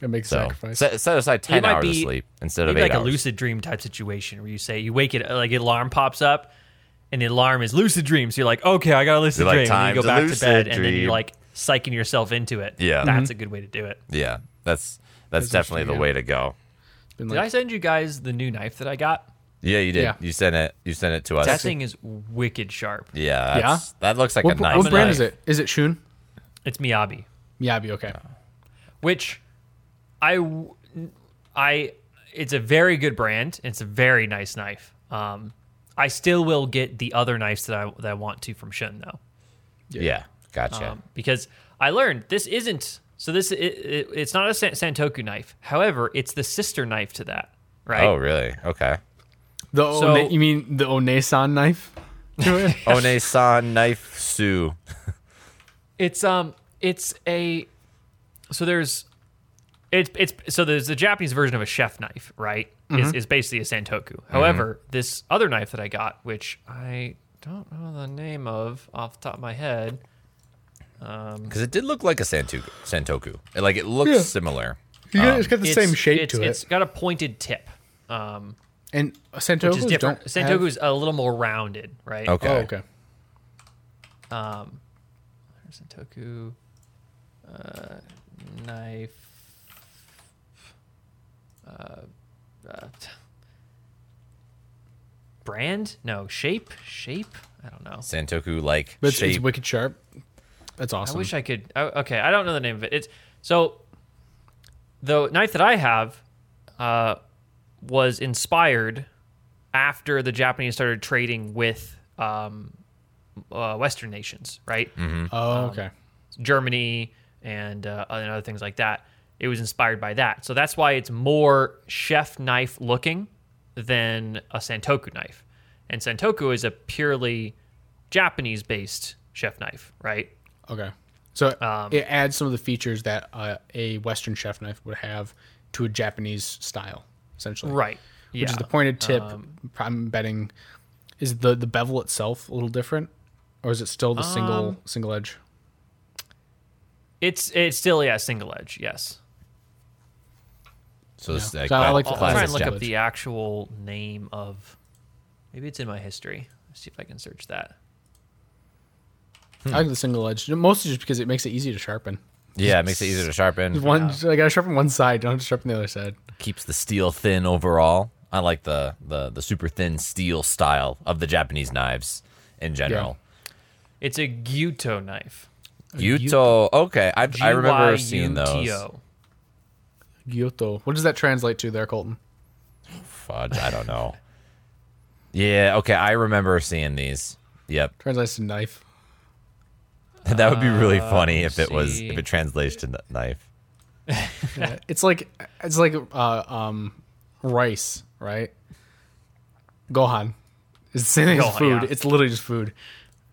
B: It makes
A: So
B: sacrifice.
A: set, set aside ten
C: might
A: hours of
C: be-
A: sleep instead of
C: Maybe
A: eight
C: like
A: hours.
C: a lucid dream type situation where you say you wake it like an alarm pops up and the alarm is lucid dream. So you're like, okay, I got a lucid
A: You're like,
C: dream.
A: "Time
C: and you
A: to
C: go back to
A: lucid
C: bed and then
A: dream.
C: you're like psyching yourself into it.
A: Yeah.
C: That's a good way to do it.
A: yeah, that's that's,
B: That's
A: definitely the
B: interesting,
A: way to go.
B: Been
C: Did I send you guys the new knife that I got?
A: Yeah, you did.
B: Yeah.
A: You sent it. You sent it to us.
C: That thing is wicked sharp.
A: yeah, that's- that looks like
B: what,
A: a knife.
B: what brand
A: knife.
B: is it? Is it Shun?
C: It's Miyabi.
B: Yeah, I'd be okay.
C: which I, w- I, it's a very good brand. It's a very nice knife. Um, I still will get the other knives that I that I want to from Shun though,
A: Yeah, gotcha.
C: um, because I learned this isn't so. This i it, it's not a San- Santoku knife. However, it's the sister knife to that, right?
A: Oh, really? Okay.
B: The One-
C: So- Uh,
B: you mean the Onesan knife? To it?
A: Onesan Oh, knife su.
C: It's um, it's a so there's it's it's so there's the Japanese version of a chef knife, right?
B: Mm-hmm.
C: Is is basically a santoku. However, this other knife that I got, which I don't know the name of off the top of my head,
A: Because it did look like a santoku. santoku. It- Like it looks
B: Yeah.
A: similar.
B: You got- it's got the
C: it's-
B: same shape
C: it's,
B: to
C: It's
B: it.
C: got a pointed tip, um,
B: And
C: which is
B: Santoku's
C: different.
B: don't have-
C: Santoku's a little more rounded, right?
A: Okay.
B: Oh, okay.
C: Santoku uh, knife. Uh, uh, t- brand? No, shape? Shape? I don't know.
A: Santoku like
B: But it's,
A: shape.
B: it's wicked sharp. That's awesome.
C: I wish I could. I, okay, I don't know the name of it. It's so the knife that I have uh, was inspired after the Japanese started trading with um, uh, Western nations, right?
B: oh, okay.
C: Germany and uh, and other things like that. It was inspired by that, so that's why it's more chef knife looking than a santoku knife. And santoku is a purely Japanese based chef knife, right?
B: Okay. So
C: Um,
B: it adds some of the features that uh, a Western chef knife would have to a Japanese style, essentially.
C: Right. Yeah. Um,
B: Which is the pointed tip. I'm betting is the the bevel itself a little different, or is it still the
C: Um,
B: single single edge?
C: It's it's still yeah single edge. Yes.
A: so it's
B: Yeah.
A: like,
B: So I like
A: cla-
B: the
C: I'll, I'll try
A: classic
C: and look
B: single
C: up
B: edge.
C: the actual name of. Maybe it's in my history. Let's see if I can search that.
B: I like the single edge mostly just because it makes it easy to sharpen.
A: Yeah, it makes it easier to sharpen.
B: One I gotta sharpen one side, don't have to sharpen the other side.
A: Keeps the steel thin overall. I like the, the the super thin steel style of the Japanese knives in general.
C: It's a gyuto knife.
A: Yuto. Okay, I, I remember seeing those.
C: G-Y-U-T-O.
B: Giotto. What does that translate to there, Colton?
A: Fudge. I don't know. yeah. Okay, I remember seeing these. Yep.
B: Translates to knife.
A: That would be really funny if it was
C: Ah, see.
A: if it translates to kn- knife.
B: Yeah, it's like it's like uh, um, rice, right? Gohan. It's the same thing as
C: Gohan,
B: food.
C: yeah.
B: It's literally just food.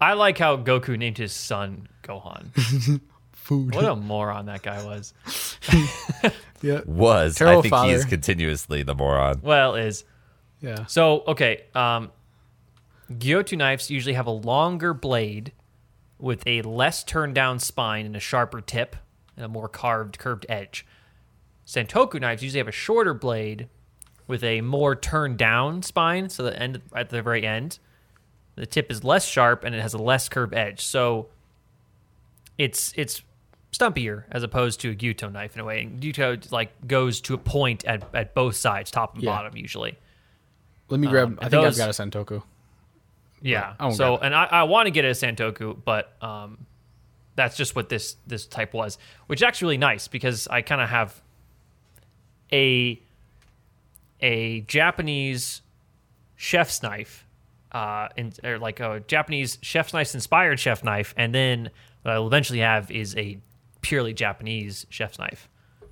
C: I like how Goku named his son Gohan.
B: Food.
C: What a moron that guy was.
B: yeah.
A: Was I
B: Terrible
A: think he's
B: father.
A: continuously the moron.
C: Well, is
B: Yeah.
C: so okay. Um, Gyotu knives usually have a longer blade with a less turned down spine and a sharper tip and a more carved, curved edge. Santoku knives usually have a shorter blade with a more turned down spine, so the end at the very end, the tip is less sharp and it has a less curved edge. So it's it's stumpier as opposed to a Gyuto knife in a way. And Gyuto like goes to a point at, at both sides, top and
B: Yeah.
C: bottom usually.
B: Let me grab. I think
C: those-
B: I've got a Sentoku.
C: Yeah.
B: I won't
C: so
B: grab
C: and I, I want to get a Santoku, but um, that's just what this this type was, which is actually really nice because I kind of have a a Japanese chef's knife, uh, in, or like a Japanese chef's knife inspired chef knife, and then what I'll eventually have is a purely Japanese chef's knife um,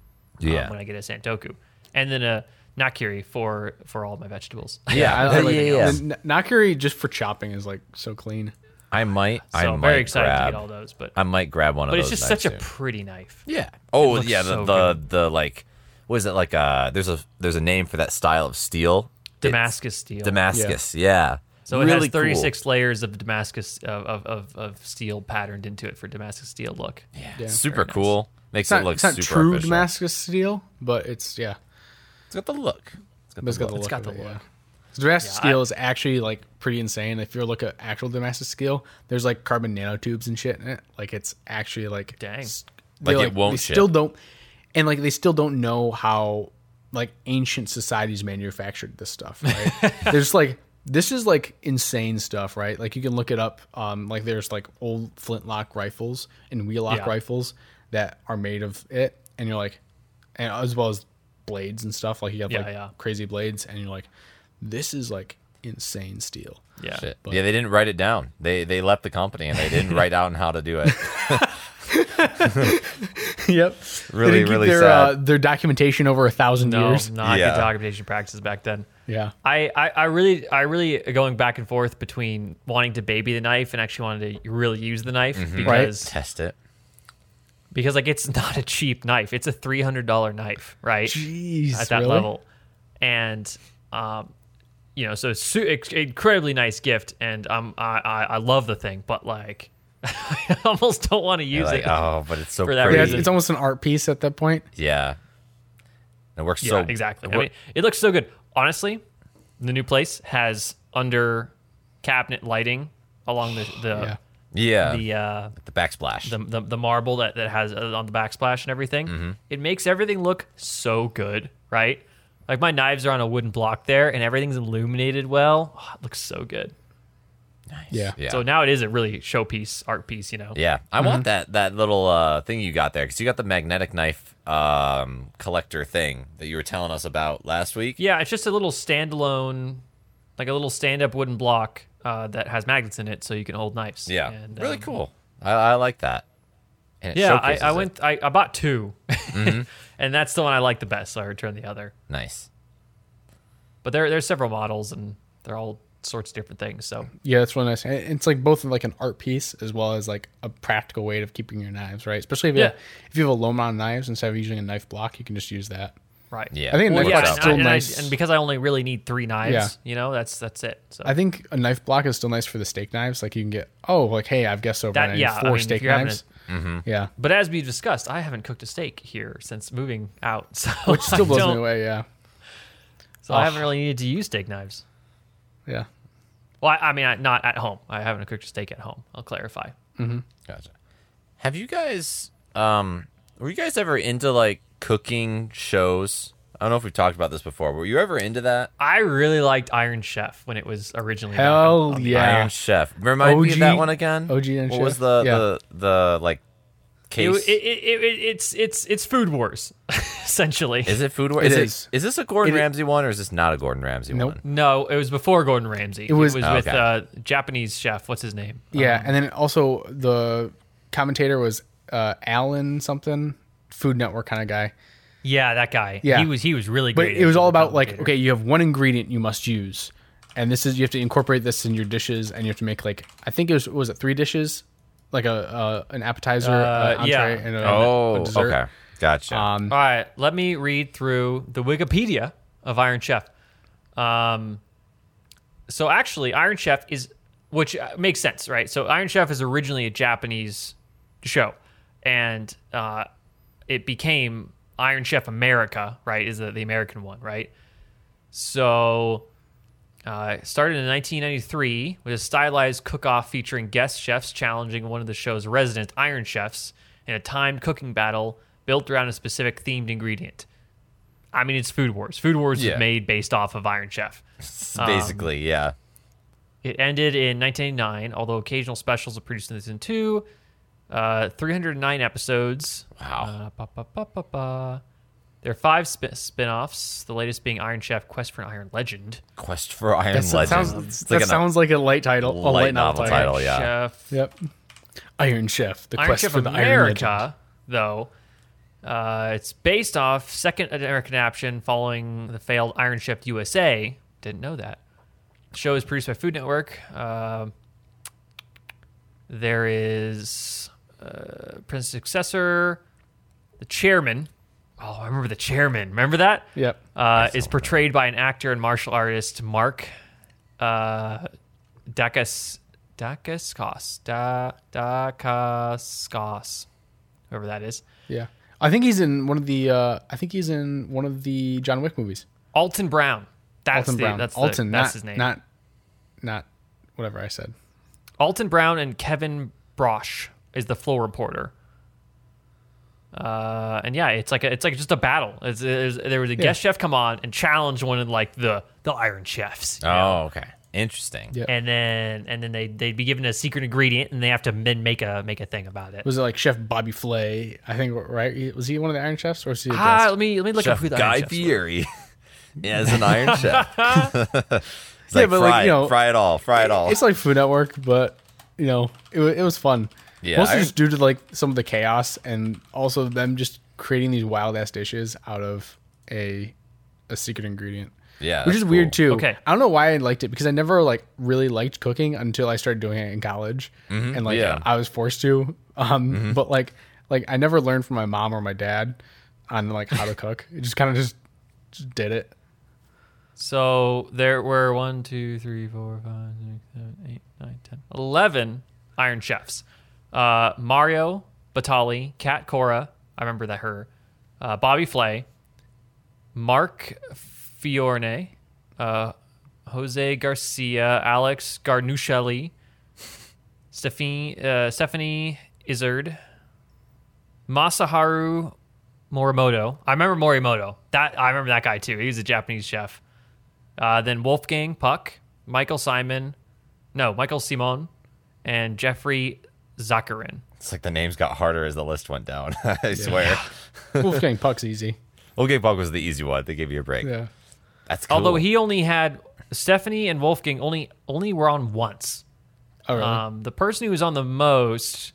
A: Yeah.
C: when I get a Santoku. and then a nakiri for for all my vegetables.
B: Yeah, I, I
A: yeah,
B: like
A: yeah,
B: yeah,
A: yeah.
B: Nakiri just for chopping is like so clean.
A: I might.
C: so
A: I
C: I'm
A: might
C: very excited
A: grab,
C: to get all those. But
A: I might grab one
C: but
A: of
C: it's
A: those.
C: just
A: knives
C: such a
A: soon.
C: pretty knife.
A: Yeah. Oh
C: looks
A: yeah. The
C: so
A: the, the like what is it like? Uh, there's a there's a name for that style of steel. It's
C: Damascus steel.
A: Damascus. Yeah.
C: So it
A: Really
C: has 36 layers of Damascus of, of, of, of steel patterned into it for Damascus steel look.
A: Cool.
B: Yeah.
A: Super cool. Makes
B: It's not,
A: it look
B: it's not
A: super
B: true
A: official.
B: Damascus steel, but it's yeah.
A: It's got the look.
B: But it's got the look.
C: It's got
B: of
C: the
B: it,
C: look.
B: yeah. 'Cause Damascus
C: Yeah, I-
B: steel is actually like pretty insane. If you look at actual Damascus steel, there's like carbon nanotubes and shit in it. Like it's actually like
C: Dang.
B: s-
A: Like,
B: they,
A: it won't
B: They
A: chip.
B: still don't, and like they still don't know how like ancient societies manufactured this stuff. Right? there's like this is like insane stuff, right? Like you can look it up. Um, like there's like old flintlock rifles and wheelock
C: Yeah.
B: rifles that are made of it, and you're like, and as well as blades and stuff. Like you have
C: Yeah,
B: like
C: yeah.
B: crazy blades, and you're like, this is like insane steel.
C: Yeah.
A: Shit. yeah, they didn't write it down. They they left the company and they didn't write down how to do it.
B: yep. They
A: Really,
B: didn't keep
A: really
B: their,
A: sad.
B: Uh, their documentation over a thousand
C: No,
B: years.
C: Oh, not
A: Yeah.
C: good documentation practices back then.
B: Yeah.
C: I, I, I really I really uh, going back and forth between wanting to baby the knife and actually wanting to really use the knife
A: Mm-hmm.
B: Right.
C: because
A: Test it.
C: because like it's not a cheap knife. It's a three hundred dollar knife, right?
B: Jeez,
C: at that
B: really?
C: level, and um, you know, so it's su- ex- incredibly nice gift, and um, I, I I love the thing, but like, I almost don't want to
A: You're
C: use
A: like,
C: it.
A: oh, but it's so
C: For that
A: pretty.
B: Yeah,
A: Yeah.
B: it's, it's almost an art piece at that point.
A: And It works
C: yeah,
A: so
C: exactly.
A: it
C: I
A: wor-
C: mean, it looks so good. Honestly, the new place has under cabinet lighting along the
B: Yeah.
C: the
A: yeah.
C: the, uh,
A: The backsplash.
C: the the the marble that that has uh, on the backsplash and everything.
A: Mm-hmm.
C: It makes everything look so good, right? Like my knives are on a wooden block there, and everything's illuminated well. Oh, it looks so good.
B: Yeah.
A: yeah.
C: So now it is a really showpiece art piece, you know.
A: Yeah, I
C: Mm-hmm.
A: want that that little uh, thing you got there because you got the magnetic knife um, collector thing that you were telling us about last week.
C: Yeah, it's just a little standalone, like a little stand-up wooden block uh, that has magnets in it, so you can hold knives.
A: yeah,
C: And,
A: really
C: um,
A: cool. I, I like that. And it
C: Yeah, I,
A: showcases
C: I
A: it. Mm-hmm.
C: went. I, I bought 2 and that's the one I like the best. So I returned the other.
A: nice.
C: But there, there's several models, and they're all sorts of different things. So
B: Yeah, that's really nice. And It's like both like an art piece as well as like a practical way of keeping your knives, right? Especially if you,
C: Yeah.
B: if you have a low amount of knives instead of using a knife block, you can just use that.
C: right.
A: Yeah,
B: I think
A: it
C: Well,
B: knife
C: yeah,
A: works
B: block's
C: and,
A: out.
B: still
C: I- and I-
B: nice.
C: and because I only really need three knives, you know, that's that's it. So
B: I think a knife block is still nice for the steak knives. Like you can get oh like hey I've guessed over
C: That-
B: and I need
C: yeah, I
B: four
C: mean, if
B: steak
C: you're having
B: knives.
A: Mm-hmm.
B: Yeah,
C: but as we discussed, I haven't cooked a steak here since moving out, so
B: which still
C: I
B: blows
C: don't-
B: me away. Yeah,
C: So I haven't really needed to use steak knives.
B: yeah.
C: Well, I, I mean, I, not at home. I haven't cooked a steak at home. I'll clarify.
A: Gotcha. Have you guys? Um, were you guys ever into like cooking shows? I don't know if we've talked about this before. Were you ever into that?
C: I really liked Iron Chef when it was originally. back
B: Hell Oh,
C: on- on the-
B: yeah.
A: Iron Chef. Remind me of
B: OG
A: that one again.
B: OG Iron
A: what was
B: Chef?
A: the
B: Yeah.
A: the the like
C: It,
A: case?
C: it, it, it, it's it's it's Food Wars, essentially.
A: Is it Food War?
B: It
A: is,
B: is.
A: It, is this a Gordon
B: It i-
A: Ramsay one or is this not a Gordon Ramsay
B: Nope.
A: one?
C: No, it was before Gordon Ramsay. It
B: was-
A: Oh,
C: with
A: okay.
C: uh, Japanese chef. What's his name?
B: Yeah, and then also the commentator was uh, Alan something, Food Network kind of guy.
C: Yeah, that guy.
B: Yeah.
C: he was he was really
B: But
C: great.
B: it
C: as
B: was
C: a
B: all about like
C: commentator.
B: okay, you have one ingredient you must use, and this is you have to incorporate this in your dishes, and you have to make like I think it was was it three dishes, like a uh, an appetizer,
C: Uh,
B: an entree,
C: yeah.
B: and a, a
A: Oh,
B: dessert.
A: okay. Gotcha.
B: Um,
C: All right, let me read through the Wikipedia of Iron Chef. Um, so actually, Iron Chef is, which uh, makes sense, right? So Iron Chef is originally a Japanese show, and uh, it became Iron Chef America, right? Is the, the American one, right? So uh, it started in 1993 with a stylized cook-off featuring guest chefs challenging one of the show's resident iron chefs in a timed cooking battle built around a specific themed ingredient. I mean, it's Food Wars. Food Wars
A: Yeah.
C: was made based off of Iron Chef.
A: Basically,
B: um,
A: yeah.
C: It ended in 1989, although occasional specials were produced in season two. Uh, 309 episodes.
A: Wow.
C: Uh, ba, ba, ba, ba, ba. There are five sp- spin-offs, the latest being Iron Chef Quest for an Iron Legend.
A: Quest for Iron
B: that
A: Legend.
B: sounds
A: It's
B: that
A: like an-
B: sounds like a light title, a
A: light
B: light novel,
A: novel
B: title.
A: title. Oh, yeah.
C: Chef
B: Yep. Iron Chef, the
C: Iron
B: quest
C: Chef
B: for the Iron
C: America,
B: Legend.
C: though, Uh, it's based off second American Action following the failed Iron Chef USA. Didn't know that. The show is produced by Food Network. Uh, there is uh, Prince's successor, the chairman. Oh, I remember the chairman. Remember that?
B: Yep.
C: uh, is portrayed by an actor and martial artist Mark uh, Dacus Dacaskos da Dacaskos, whoever that is.
B: Yeah. I think he's in one of the. Uh, I think he's in one of the John Wick movies.
C: Alton Brown. That's
B: Alton
C: the,
B: Brown.
C: That's the-
B: Alton.
C: that's
B: not,
C: his name.
B: Not. Not. Whatever I said.
C: Alton Brown and Kevin Brosh is the floor reporter. Uh, and yeah, it's like a, it's like just a battle. It's, it's- there was a guest chef come on and challenge one of like the the Iron Chefs. you know?
A: Oh, okay. Interesting.
B: Yeah.
C: and then and then they they'd be given a secret ingredient and they have to then make a make a thing about it.
B: Was it like Chef Bobby Flay? I think right. He- Was he one of the Iron Chefs or was he? A guest?
C: Ah, let me let me look up
A: Chef
C: who the
A: Guy
C: Iron Chefs were.
A: Fieri as an Iron Chef. It's
B: Yeah,
A: like,
B: but, like,
A: fry,
B: you
A: it,
B: know,
A: fry it all, fry it all.
B: it's like Food Network, but you know, it, wa- it was fun.
A: Yeah,
B: Mostly
A: Iron-
B: just due to like some of the chaos and also them just creating these wild ass dishes out of a a secret ingredient.
A: yeah,
B: which
A: that's
B: is weird
A: cool.
B: too.
C: Okay.
B: I don't know why I liked it because I never like really liked cooking until I started doing it in college, and
A: Mm-hmm.
B: like
A: yeah. Mm-hmm.
B: I was forced to. Um, but like like I never learned from my mom or my dad on like how to cook. It just kind of just, just did it.
C: So there were one, two, three, four, five, six, seven, eight, nine, ten, eleven Iron Chefs. Uh, Mario Batali, Kat Cora, I remember that her, uh, Bobby Flay, Mark Fiorne, uh, Jose Garcia, Alex Garnuchelli, Stephanie, uh, Stephanie Izzard, Masaharu Morimoto. I remember Morimoto. That I remember that guy too. He was a Japanese chef. Uh, then Wolfgang Puck, Michael Simon, no Michael Simon, and Jeffrey Zakarin.
A: It's like the names got harder as the list went down. I swear.
B: Wolfgang Puck's easy.
A: Okay, Bog was the easy one. They gave you a break.
B: Yeah.
A: That's cool.
C: Although he only had Stephanie and Wolfgang only only were on once.
B: Oh, really?
C: Um, the person who was on the most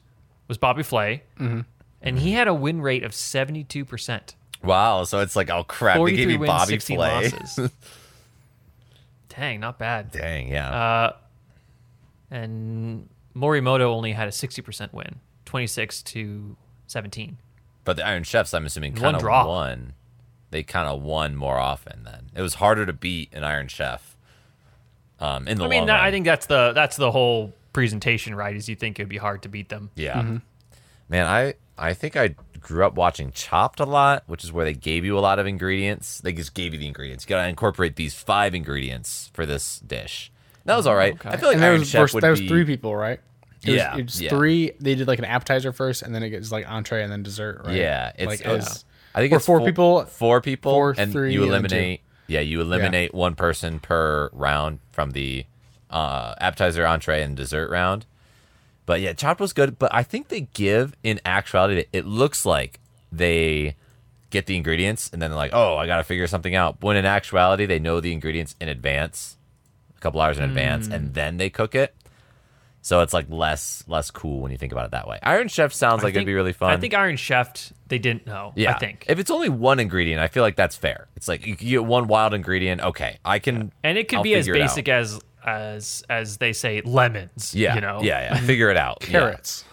C: was Bobby Flay,
A: Mm-hmm.
C: and he had a win rate of seventy two percent.
A: wow, so it's like oh crap, they
C: Forty
A: gave
C: three
A: you
C: wins,
A: Bobby
C: sixteen
A: Flay.
C: losses. Dang, not bad.
A: Dang, yeah.
C: and Morimoto only had a 60% win, 26 to 17.
A: but the Iron Chefs, I'm assuming,
C: one
A: kind of
C: draw.
A: won. They kind of won more often. Then it was harder to beat an Iron Chef. Um, in the
C: I mean,
A: long
C: that,
A: run.
C: I think that's the that's the whole presentation, right? Is you think it would be hard to beat them?
A: Yeah.
B: Mm-hmm.
A: Man, I I think I grew up watching Chopped a lot, which is where they gave you a lot of ingredients. They just gave you the ingredients. You got to incorporate these five ingredients for this dish. That
C: Mm-hmm.
A: was all right. I feel like
B: and there
A: Iron
B: was,
A: Chef
B: first,
A: would
B: there was
A: be
B: three people, right? It was-
A: Yeah,
B: it's
A: yeah.
B: three. They did like an appetizer first, and then it gets like entree and then dessert, right?
A: Yeah, it's,
B: like it
A: it's-
B: was-
A: I think
B: or
A: it's
B: four people-
A: Four people,
B: four,
A: and
B: three,
A: you
B: and then two.
A: eliminate. Yeah, you eliminate one person per round from the uh, appetizer, entree, and dessert round. But yeah, chopped was good. But I think they give in actuality, it- it looks like they get the ingredients and then they're like, oh, I got to figure something out. When in actuality, they know the ingredients in advance, a couple hours in advance,
B: Mm.
A: and then they cook it. So it's like less less cool when you think about it that way. Iron Chef sounds
C: I
A: like
C: think-
A: it'd be really fun.
C: I think Iron Chef they didn't know.
A: Yeah.
C: I think,
A: If it's only one ingredient, I feel like that's fair. It's like you you get one wild ingredient. Okay. I can.
C: and it could
A: I'll
C: be as
A: figure it out.
C: basic as as as they say lemons.
A: Yeah.
C: you know,
A: Yeah. yeah. Figure it out.
B: carrots.
A: Yeah.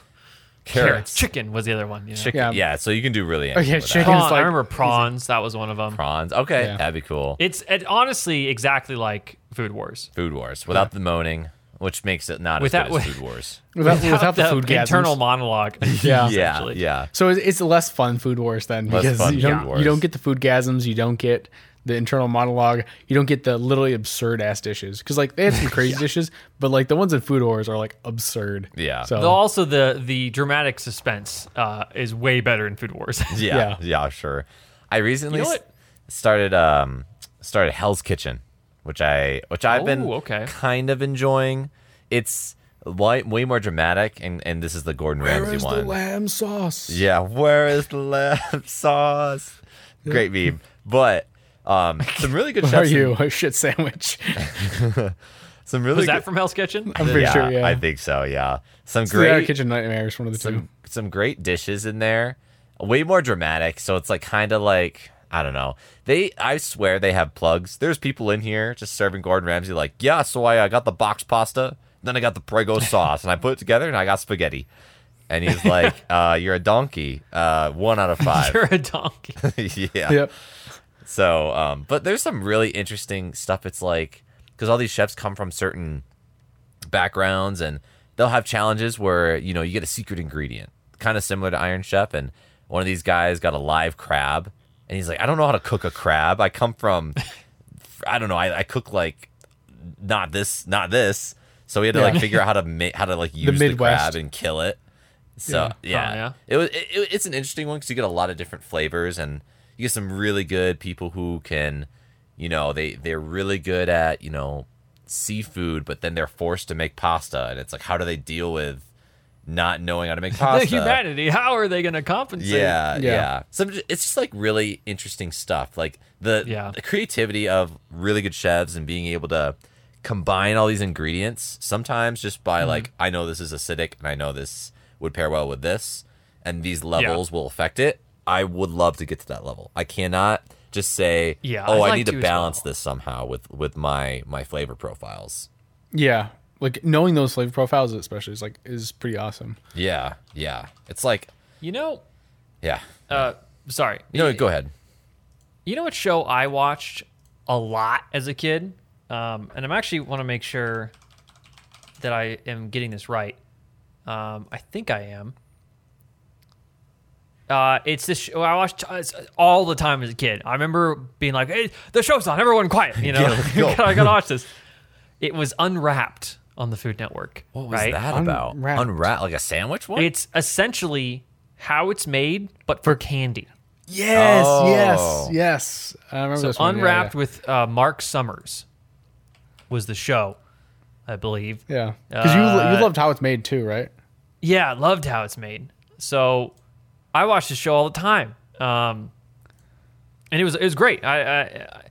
C: carrots.
A: Carrots.
C: Chicken was the other one. You know?
A: Chicken.
B: Yeah.
A: Yeah. So you can do really
B: yeah,
A: anything. with that.
B: chicken.
C: Prawn-
B: It's
C: I
B: like-
C: remember prawns. That was one of them.
A: Prawns. Okay.
B: Yeah.
A: That'd be cool.
C: It's it, honestly exactly like Food Wars.
A: food wars without the moaning, which makes it not
C: Without-
A: as good as food wars.
B: Without, without, the, food gasms.
C: internal monologue.
B: Yeah.
A: yeah.
C: essentially.
A: Yeah.
B: So it's, it's less fun food wars then
A: Less
B: because
A: fun
B: you
A: food
B: don't
A: wars.
B: you don't get the food gasms, you don't get the internal monologue, you don't get the literally absurd ass dishes because like they had some crazy dishes, but like the ones in food wars are like absurd.
A: Yeah.
B: So
C: Though also the the dramatic suspense uh, is way better in Food Wars.
A: Yeah.
B: Yeah.
A: Yeah. Sure. I recently
C: You know
A: s-
C: what?
A: started um started Hell's Kitchen, which I which I've been
C: Oh, okay.
A: kind of enjoying. It's way, way more dramatic, and and this is the Gordon
B: where
A: Ramsay
B: is
A: one.
B: the lamb sauce?
A: Yeah, where is the lamb sauce? Great meme. But um, some really good
B: Are
A: chefs.
B: you a shit sandwich?
A: Some really
C: Was that
A: good,
C: from Hell's Kitchen?
B: I'm pretty
A: yeah,
B: sure. Yeah.
A: I think so. Yeah, some
B: It's the Outer
A: great
B: kitchen nightmares. One of the two.
A: some, some great dishes in there. way more dramatic. So it's like kind of like I don't know. They I swear they have plugs. There's people in here just serving Gordon Ramsay like, yeah. So I uh, got the box pasta, then I got the Prego sauce, and I put it together, and I got spaghetti. And he's like, uh, "You're a donkey. Uh, one out of 5
C: You're a donkey.
A: yeah.
B: Yep.
A: So, um, but there's some really interesting stuff. It's like because all these chefs come from certain backgrounds, and they'll have challenges where you know you get a secret ingredient, kind of similar to Iron Chef. And one of these guys got a live crab, and he's like, "I don't know how to cook a crab. I come from, I don't know. I, I cook like not this, not this." So he had to like
B: Yeah.
A: figure out how to ma- how to like use the,
B: Midwest.
A: crab and kill it. So yeah,
C: Oh, yeah.
A: it was. It, it- it's an interesting one because you get a lot of different flavors, and you get some really good people who can, you know, they they're really good at you know seafood, but then they're forced to make pasta, and it's like, how do they deal with not knowing how to make
C: The
A: pasta?
C: humanity. How are they going to compensate?
A: Yeah,
B: Yeah.
A: yeah. So it's just like really interesting stuff. Like the,
C: Yeah.
A: the creativity of really good chefs and being able to combine all these ingredients sometimes just by
C: Mm-hmm.
A: like I know this is acidic and I know this would pair well with this and these levels will affect it. I would love to get to that level. I cannot just say,
C: Yeah,
A: "Oh,
C: I'd
A: I
C: like
A: need
C: to
A: to
C: as
A: balance
C: well.
A: this somehow with with my my flavor profiles."
B: Yeah. Like knowing those flavor profiles, especially, is like is pretty awesome.
A: Yeah, yeah. It's like,
C: You know,
A: yeah.
C: uh, sorry.
A: No, go ahead.
C: You know what show I watched a lot as a kid? Um, and I'm actually want to make sure that I am getting this right. Um, I think I am. Uh, it's this show I watched uh, it's- all the time as a kid. I remember being like, hey, the show's on, everyone quiet. You know,
A: Yeah, let's go.
C: I gotta watch this. It was Unwrapped on the Food Network.
A: What was
C: right?
A: that about?
B: Unwrapped.
A: Unwrap like a sandwich one?
C: It's essentially how it's made, but for candy.
B: Yes,
A: Oh.
B: yes, yes. I remember
C: So
B: this one. Yeah,
C: Unwrapped with uh, Mark Summers was the show, I believe. Yeah.
B: Yeah, because you
C: uh,
B: lo- you loved how it's made too, right?
C: loved how it's made. So I watched the show all the time, um, and it was it was great. I, I I-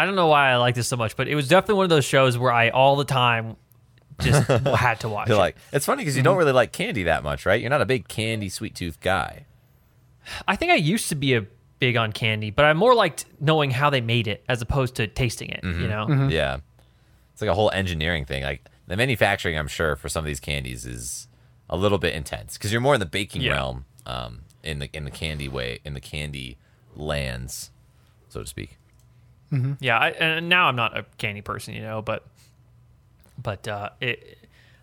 C: I don't know why I like this so much, but it was definitely one of those shows where I all the time just had to watch.
A: They're
C: it.
A: like, it's funny because you don't really like candy that much, right? You're not a big candy sweet tooth guy.
C: I think I used to be a big on candy, but I more liked knowing how they made it as opposed to tasting it.
B: Mm-hmm.
C: You know.
A: Yeah, it's like a whole engineering thing. Like the manufacturing, I'm sure for some of these candies is a little bit intense because you're more in the baking
C: Yeah.
A: realm, um, in the in the candy way, in the candy lands, so to speak.
C: yeah I, and now i'm not a candy person you know but but uh it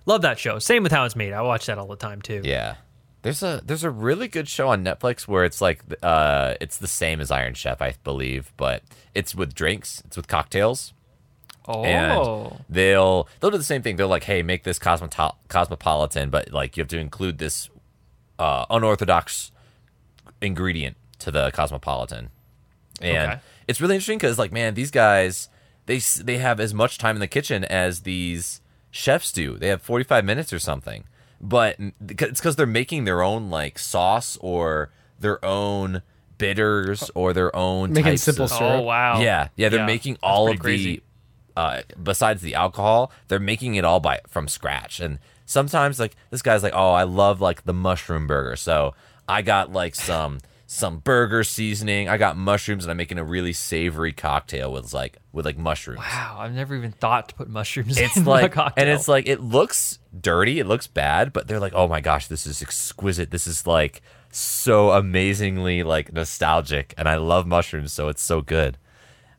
C: love that show same with how it's made i watch that all the time too
A: Yeah. There's a there's a really good show on Netflix where it's like uh it's the same as Iron Chef I believe but it's with drinks it's with cocktails
C: oh
A: and they'll they'll do the same thing. They'll like, hey, make this cosmoto- cosmopolitan, but like you have to include this uh, unorthodox ingredient to the cosmopolitan, and
C: Okay.
A: it's really interesting because like, man, these guys they s- they have as much time in the kitchen as these chefs do. They have forty five minutes or something, but n- it's because they're making their own like sauce or their own bitters or their own
B: Making
A: types
B: simple
A: of-
B: syrup.
C: oh wow
A: yeah, yeah. They're making all
C: pretty
A: of
C: crazy.
A: the, uh, besides the alcohol, they're making it all by from scratch. And sometimes, like this guy's like, oh, I love like the mushroom burger, so I got like some some burger seasoning. I got mushrooms, and I'm making a really savory cocktail with like with like mushrooms.
C: wow i've never even thought to put mushrooms
A: It's
C: in a
A: like,
C: cocktail
A: and it's like, it looks dirty, it looks bad, but they're like, oh my gosh, this is exquisite. This is like so amazingly like nostalgic, and I love mushrooms, so it's so good.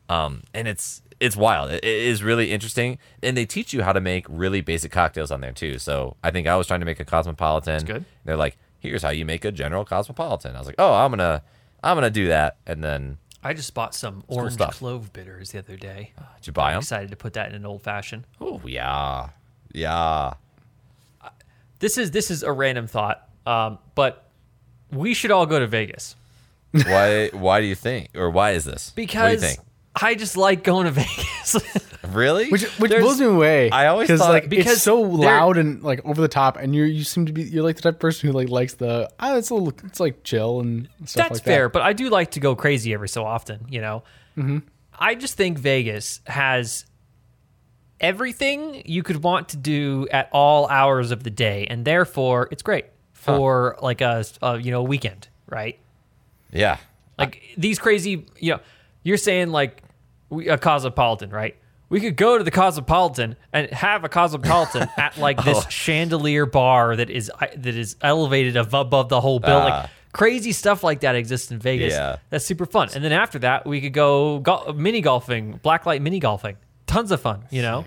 A: Um, and it's it's wild. It, it is really interesting, and they teach you how to make really basic cocktails on there too. So I think I was trying to make a cosmopolitan.
C: good.
A: They're like, here's how you make a general cosmopolitan. I was like, oh, I'm gonna I'm gonna do that, and then
C: i just bought some orange
A: stuff.
C: clove bitters the other day
A: did you buy them?
C: excited to put that in an old fashioned
A: Oh yeah, yeah.
C: this is this is a random thought um but we should all go to vegas
A: why why do you think or why is this what do you
C: because
A: think
C: i just like going to vegas
A: really
B: Which which
C: There's-
B: blows me away.
A: I always
B: because
A: thought-
B: like
C: because
B: it's so
C: they're-
B: loud and like over the top, and you you seem to be you're like the type of person who like likes the ah it's a little it's like chill and stuff
C: That's
B: like
C: fair,
B: that.
C: but I do like to go crazy every so often, you know.
B: Mm-hmm.
C: I just think Vegas has everything you could want to do at all hours of the day, and therefore it's great for like a, a you know weekend, right?
A: Yeah.
C: Like these crazy, you know, you're saying like we, a cosmopolitan, right? We could go to the cosmopolitan and have a cosmopolitan at like this
A: Oh.
C: chandelier bar that is that is elevated ab- above the whole building.
A: Ah.
C: like crazy stuff like that exists in Vegas.
A: Yeah.
C: That's super fun. And then after that, we could go gol mini golfing, blacklight mini golfing. Tons of fun, you know,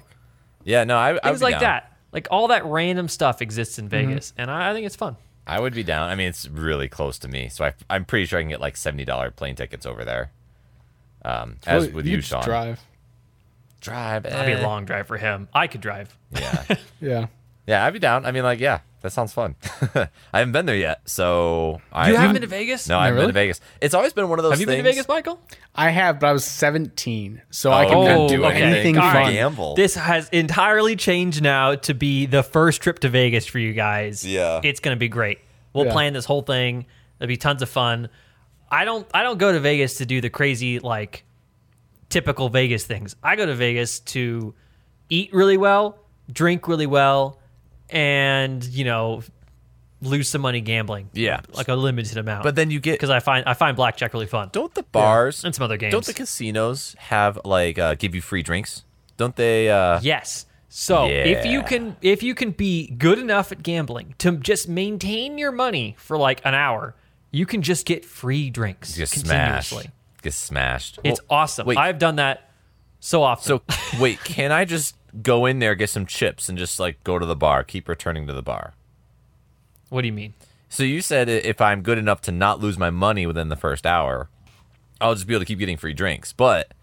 A: Yeah, no, I, I would
C: things
A: be
C: like
A: down. Mm-hmm.
C: that. Like all that random stuff exists in Vegas, and I, I think it's fun.
A: I would be down. I mean, it's really close to me, so I, I'm pretty sure I can get like seventy dollar plane tickets over there. Um, as
B: Well,
A: with you,
B: just
A: Sean,
B: Drive.
A: drive.
C: That'd be
A: eh.
C: a long drive for him. I could drive.
A: Yeah,
B: Yeah.
A: yeah, I'd be down. I mean, like, yeah, that sounds fun. I haven't been there yet, so I
C: You haven't been to Vegas?
A: No, I haven't
B: Oh, really?
A: been to Vegas. It's always been one of those.
C: Have you been to
A: things-
C: Vegas, Michael?
B: I have, but I was 17, so I could
A: couldn't
B: not
C: Oh,
B: do
C: okay.
B: anything
C: All right.
B: fun.
A: Gamble.
C: This has entirely changed now to be the first trip to Vegas for you guys.
A: Yeah.
C: It's going to be great. We'll
B: Yeah.
C: plan this whole thing. It'll be tons of fun. I don't I don't go to Vegas to do the crazy like typical Vegas things. I go to Vegas to eat really well, drink really well, and, you know, lose some money gambling.
A: Yeah.
C: Like a limited amount.
A: but then you get
C: because I find I find blackjack really fun.
A: don't the bars
C: And some other games.
A: Don't the casinos have like uh, give you free drinks? Don't they? Uh,
C: Yes. So if you
A: Yeah.
C: can if you can be good enough at gambling to just maintain your money for like an hour, you can just get free drinks
A: get
C: continuously.
A: smashed. Get smashed.
C: It's
A: Well,
C: awesome.
A: Wait,
C: I've done that so often.
A: So wait, can I just go in there, get some chips, and just like go to the bar? Keep returning to the bar.
C: what do you mean?
A: So you said i- if I'm good enough to not lose my money within the first hour, I'll just be able to keep getting free drinks. But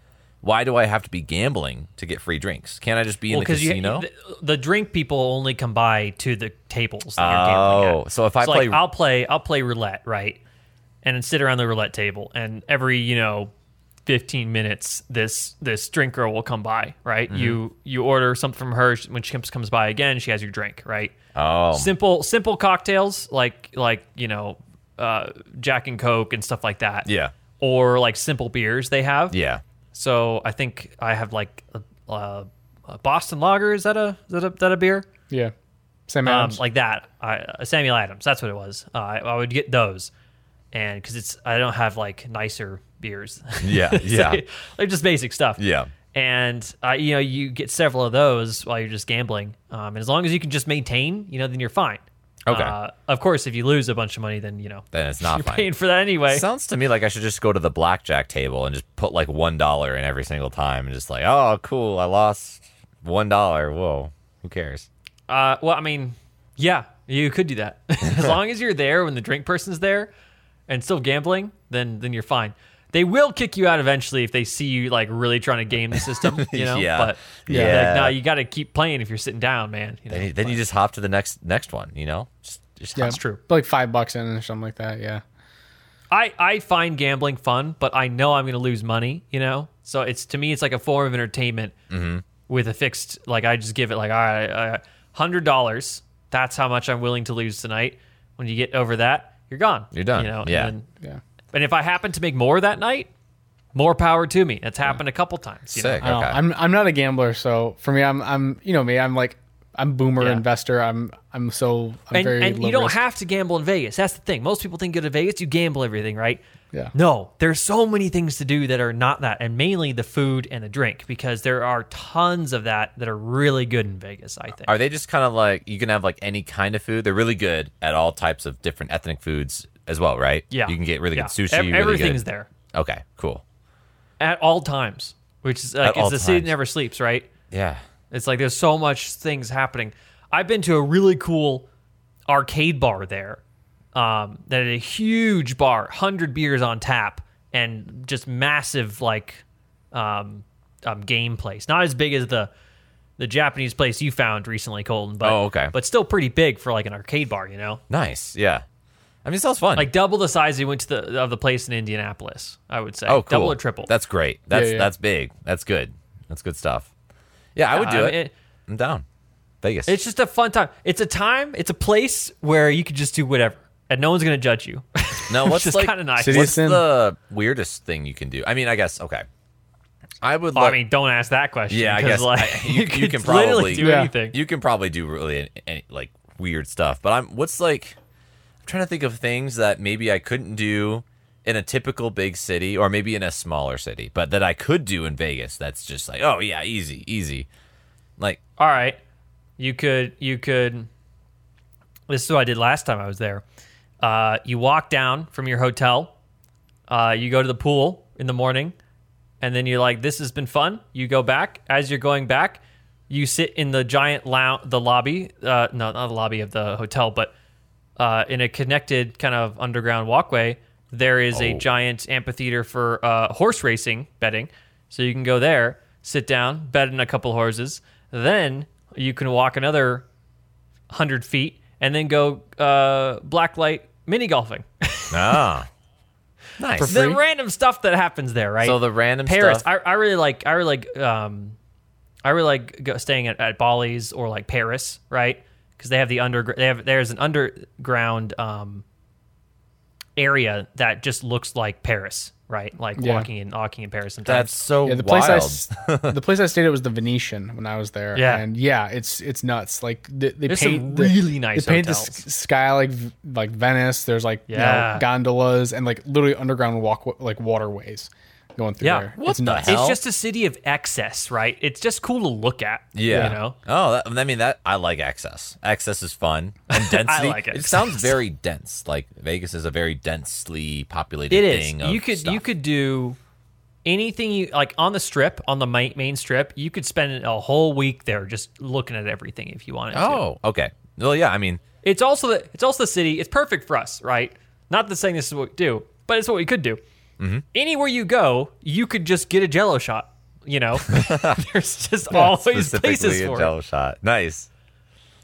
A: why do I have to be gambling to get free drinks? Can't I just be in
C: Well,
A: the
C: because you,
A: casino?
C: the, the drink people only come by to the tables. That you're
A: Oh,
C: gambling at.
A: so if I
C: like,
A: play-
C: I'll play, I'll play roulette, right? And then sit around the roulette table, and every you know, fifteen minutes, this this drinker will come by, right?
A: Mm-hmm.
C: You you order something from her when she comes comes by again, she has your drink, right?
A: oh,
C: Simple simple cocktails like like you know, uh, Jack and Coke and stuff like that.
A: Yeah.
C: Or like simple beers they have.
A: yeah.
C: So I think I have like a, uh, a Boston Lager. Is that a is that a, that a beer?
B: Yeah. Sam
C: Um,
B: Adams.
C: like that. I, uh, Samuel Adams. That's what it was. Uh, I, I would get those, and because it's I don't have like nicer beers.
A: Yeah,
C: So,
A: yeah.
C: like just basic stuff.
A: Yeah.
C: And uh, you know you get several of those while you're just gambling, um, and as long as you can just maintain, you know, then you're fine.
A: Okay.
C: Uh, of course, if you lose a bunch of money, then you know
A: Then it's not
C: you're
A: fine.
C: paying for that anyway.
A: Sounds to me like I should just go to the blackjack table and just put like one dollar in every single time, and just like, oh, cool, I lost one dollar. Whoa, who cares?
C: Uh, well, I mean, yeah, you could do that as long as you're there when the drink person's there, and still gambling. Then then you're fine. They will kick you out eventually if they see you like really trying to game the system. You know,
A: Yeah.
C: but
A: Yeah.
C: they're like, no, you got to keep playing if you're sitting down, man. You know,
A: Then you, then you just hop to the next next one. You know, just, just
B: yeah.
A: hop-
C: true.
B: Like five bucks in or something like that. Yeah.
C: I I find gambling fun, but I know I'm going to lose money. You know, so it's to me it's like a form of entertainment
A: Mm-hmm.
C: with a fixed like I just give it like all right, uh, hundred dollars. That's how much I'm willing to lose tonight. When you get over that, you're gone.
A: You're done.
C: You know,
A: Yeah.
C: And,
B: Yeah.
C: and if I happen to make more that night, more power to me. That's happened a couple times. you know?
A: sick.
B: I don't know.
A: okay.
B: I'm I'm not a gambler, so for me, I'm I'm you know me, I'm like I'm boomer
C: Yeah.
B: investor. I'm I'm so I'm
C: and,
B: very
C: and
B: low
C: you don't
B: risk.
C: have to gamble in Vegas. That's the thing. Most people think go to Vegas, you gamble everything, right?
B: Yeah.
C: No, there's so many things to do that are not that, and mainly the food and the drink because there are tons of that that are really good in Vegas. I think.
A: Are they just kind of like you can have like any kind of food? They're really good at all types of different ethnic foods as well, right?
C: yeah,
A: you can get really
C: Yeah.
A: good sushi.
C: Ev-
A: really good-
C: everything's there
A: Okay, cool.
C: at all times, which is
A: At
C: like
A: all
C: it's the city that
A: times.
C: never sleeps, right?
A: Yeah,
C: It's like there's so much things happening. I've been to a really cool arcade bar there. Um, that is a huge bar, hundred beers on tap, and just massive like um, um, game place. Not as big as the the Japanese place you found recently, Colton. But,
A: Oh, okay.
C: But still pretty big for like an arcade bar, you know,
A: nice. Yeah, I mean, it sounds fun.
C: like double the size you went to the of the place in Indianapolis. I would say,
A: oh, cool.
C: double or triple.
A: That's great. That's
B: yeah.
A: that's big. That's good. That's good stuff. Yeah, I would do
C: I
A: it.
C: mean, it-
A: I'm down. Vegas.
C: It's just a fun time. It's a time. It's a place where you could just do whatever, and no one's gonna judge you.
A: No, what's
C: is
A: like
C: kinda nice.
B: City
A: What's
B: Sim.
A: the weirdest thing you can do? I mean, I guess okay. I would.
C: Well,
A: love
C: I mean, don't ask that question.
A: Yeah, I
C: 'cause,
A: guess
C: like,
A: I- you- you
C: could
A: can
C: literally
A: probably-
C: do
B: Yeah.
C: anything.
A: you can probably do really any, any like weird stuff. But I'm what's like. I'm trying to think of things that maybe I couldn't do in a typical big city or maybe in a smaller city, but that I could do in Vegas, that's just like, oh yeah, easy, easy. Like,
C: All right. You could you could this is what I did last time I was there. Uh, you walk down from your hotel, uh, you go to the pool in the morning, and then you're like, This has been fun. You go back. As you're going back, you sit in the giant lou- the lobby, uh, no, not the lobby of the hotel, but uh, in a connected kind of underground walkway, there is a
A: Oh.
C: giant amphitheater for uh, horse racing betting. So you can go there, sit down, bet in a couple horses. Then you can walk another hundred feet and then go uh, blacklight mini golfing.
A: ah, nice.
B: For
C: the
B: free?
C: random stuff that happens there, right?
A: So the random
C: Paris.
A: stuff.
C: I, I really like. I really like. Um, I really like go, staying at, at Bali's or like Paris, right? Because they have the under. They have there's an underground um, area that just looks like Paris, right? Like
B: Yeah.
C: walking in walking in Paris sometimes.
A: that's so
B: Yeah, the place
A: wild.
B: I s- the place I stayed at was the Venetian when I was there.
C: Yeah.
B: and yeah, it's it's nuts. Like they, they
C: There's
B: paint
C: some
B: the-
C: really nice
B: They paint the
C: hotels.
B: s- sky like V- like Venice. There's like you know,
C: Yeah.
B: gondolas and like literally underground walk like waterways going through
C: yeah.
B: there. it's nuts.
A: hell?
C: It's just a city of excess, right? It's just cool to look at.
A: yeah.
C: You know.
A: Oh, that, I mean that. I like access. Access is fun and density.
C: like
A: it.
C: access.
A: sounds very dense. Like Vegas is a very densely populated
C: It is.
A: thing. of
C: You could you
A: stuff.
C: could do anything you like on the strip on the main, main strip. You could spend a whole week there just looking at everything if you wanted to.
A: Oh, okay. Well, yeah. I mean,
C: It's also the it's also the city. It's perfect for us, right? Not that saying this is what we do, but it's what we could do.
A: Mm-hmm.
C: Anywhere you go, you could just get a Jello shot. You know, there's just always places
A: specifically a
C: for it.
A: jello shot. Nice.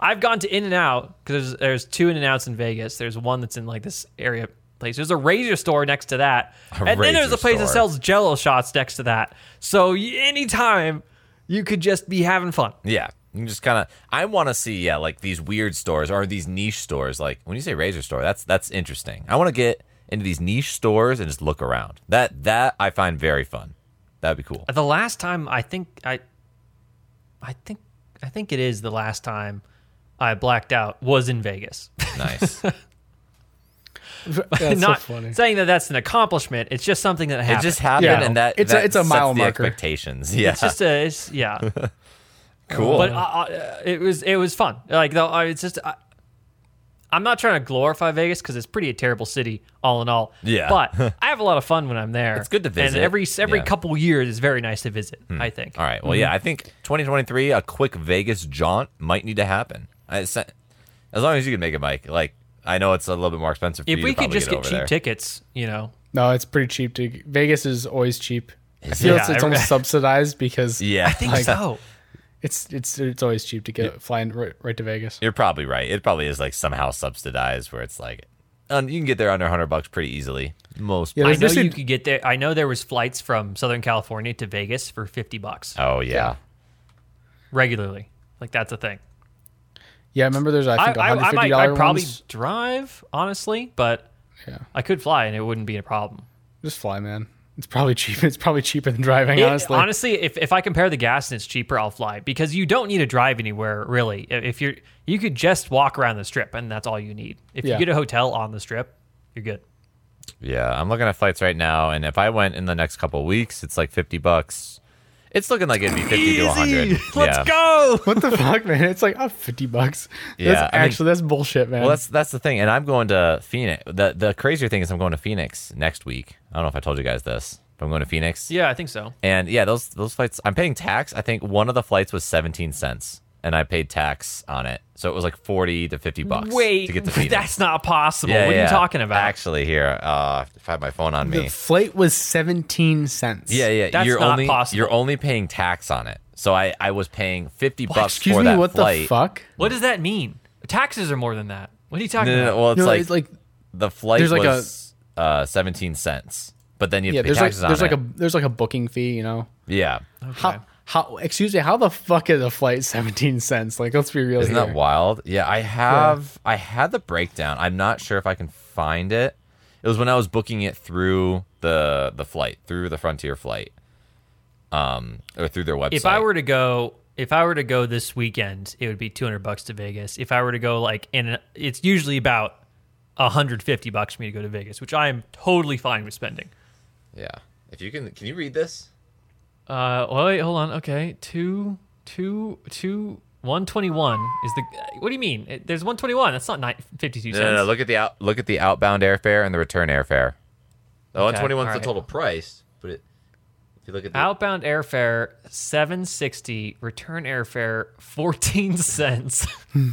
C: I've gone to In and Out because there's, there's two In and Outs in Vegas. There's one that's in like this area place. There's a razor store next to that, and then there's
A: razor
C: a place that
A: store.
C: sells Jello shots next to that. So y- anytime you could just be having fun.
A: Yeah. You can just kind of. I want to see. Yeah, like these weird stores or these niche stores. Like when you say razor store, that's that's interesting. I want to get into these niche stores and just look around. That that I find very fun. That'd be cool.
C: The last time I think I, I think I think it is the last time I blacked out was in Vegas.
A: Nice.
B: That's
C: Not
B: so funny.
C: saying that that's an accomplishment. It's just something that
A: it
C: happened.
A: just happened,
B: Yeah.
A: and that
B: It's a-
A: that
B: it's a
A: sets
B: mile
A: the
B: marker.
A: Expectations. Yeah.
C: It's just a it's, yeah.
A: cool.
C: But uh, it was it was fun. Like though, I- it's just I, I'm not trying to glorify Vegas because it's pretty a terrible city all in all.
A: Yeah.
C: But I have a lot of fun when I'm there.
A: It's good to visit.
C: And every every
A: Yeah. Hmm.
C: couple years is very nice to visit. I think.
A: All right. Well,
C: Mm-hmm.
A: yeah, I think 2023, a quick Vegas jaunt might need to happen. I, s- as long as you can make it, Mike. Like, I know it's a little bit more expensive. For
C: If
A: you
C: we
A: to
C: could
A: probably get,
C: just get,
A: over
C: cheap
A: there.
C: tickets, you know.
B: No, it's pretty cheap. To, Vegas is always cheap. I feel
C: it?
B: it's,
C: Yeah,
B: it's
C: I-
B: almost subsidized because
A: Yeah,
C: I think
B: Like-
C: so.
B: it's it's it's always cheap to get flying right, right to Vegas.
A: you're probably right. It probably is like somehow subsidized, where it's like, um, you can get there under 100 bucks pretty easily. Most.
B: Yeah,
C: I
B: there's
C: know
B: just
C: you
B: a-
C: could get there. I know there was flights from Southern California to Vegas for 50 bucks
A: oh yeah.
C: regularly. Like that's a thing.
B: Yeah, I remember there's I
C: I,
B: think
C: I, I
B: $150
C: might I'd probably
B: ones.
C: drive honestly, but
B: Yeah.
C: I could fly and it wouldn't be a problem.
B: Just fly, man. It's probably cheap. It's probably cheaper than driving,
C: It-
B: honestly.
C: if, if I compare the gas and it's cheaper, I'll fly because you don't need to drive anywhere really. I- If you're, you could just walk around the strip and that's all you need. If
B: Yeah.
C: you get a hotel on the strip, you're good.
A: Yeah, I'm looking at flights right now, and if I went in the next couple of weeks, it's like 50 bucks. It's looking like it'd be 50 to 100.
C: Let's
A: yeah.
C: go.
B: what the fuck, man? It's like oh, 50 bucks.
A: Yeah,
B: that's
A: I mean-
B: actually that's bullshit, man.
A: Well, that's that's the thing, and I'm going to Phoenix. the The crazier thing is, I'm going to Phoenix next week. I don't know if I told you guys this, but I'm going to Phoenix.
C: Yeah, I think so.
A: And yeah, those those flights, I'm paying tax. I think one of the flights was 17 cents, and I paid tax on it, so it was like 40 to 50 bucks.
C: Wait,
A: to get to Phoenix.
C: that's not possible.
A: yeah,
C: what are
A: yeah.
C: you talking about?
A: Actually, here, uh, if I have my phone on me,
B: the flight was 17 cents.
A: yeah, yeah,
C: That's
A: you're
C: not
A: only
C: possible.
A: you're only paying tax on it. So I I was paying 50
B: What?
A: bucks
B: Excuse
A: for
B: me,
A: that
B: what
A: flight.
B: the fuck?
C: what does that mean? Taxes are more than that. What are you talking
A: No, no,
C: about?
A: no, well, it's
B: No,
A: like
B: it's like
A: the flight
B: There's like a-
A: was uh, 17 cents, but then you have to
B: yeah,
A: pay
B: there's like
A: taxes on
B: there's like
A: it.
B: a Oh, there's like a booking fee, you know.
A: yeah.
B: How how excuse me, how the fuck is a flight 17 cents? Like let's be real
A: Isn't
B: here.
A: that wild? Yeah, I have I had the breakdown. I'm not sure if I can find it. It was when I was booking it through the the flight, through the Frontier flight. Um or through their website.
C: if I were to go, if I were to go this weekend, it would be 200 bucks to Vegas. If I were to go like in, it's usually about 150 bucks for me to go to Vegas, which I am totally fine with spending.
A: Yeah. If you can, can you read this?
C: Uh, well, wait, hold on. Okay, two, two, two, one twenty-one is the. What do you mean? It- There's one twenty-one. That's not nine, fifty-two
A: No,
C: cents.
A: no, no. Look at the out, look at the outbound airfare and the return airfare. The
C: Okay,
A: 121 is
C: alright.
A: the total price, but it, if you look at the
C: Outbound airfare seven sixty. Return airfare fourteen cents. what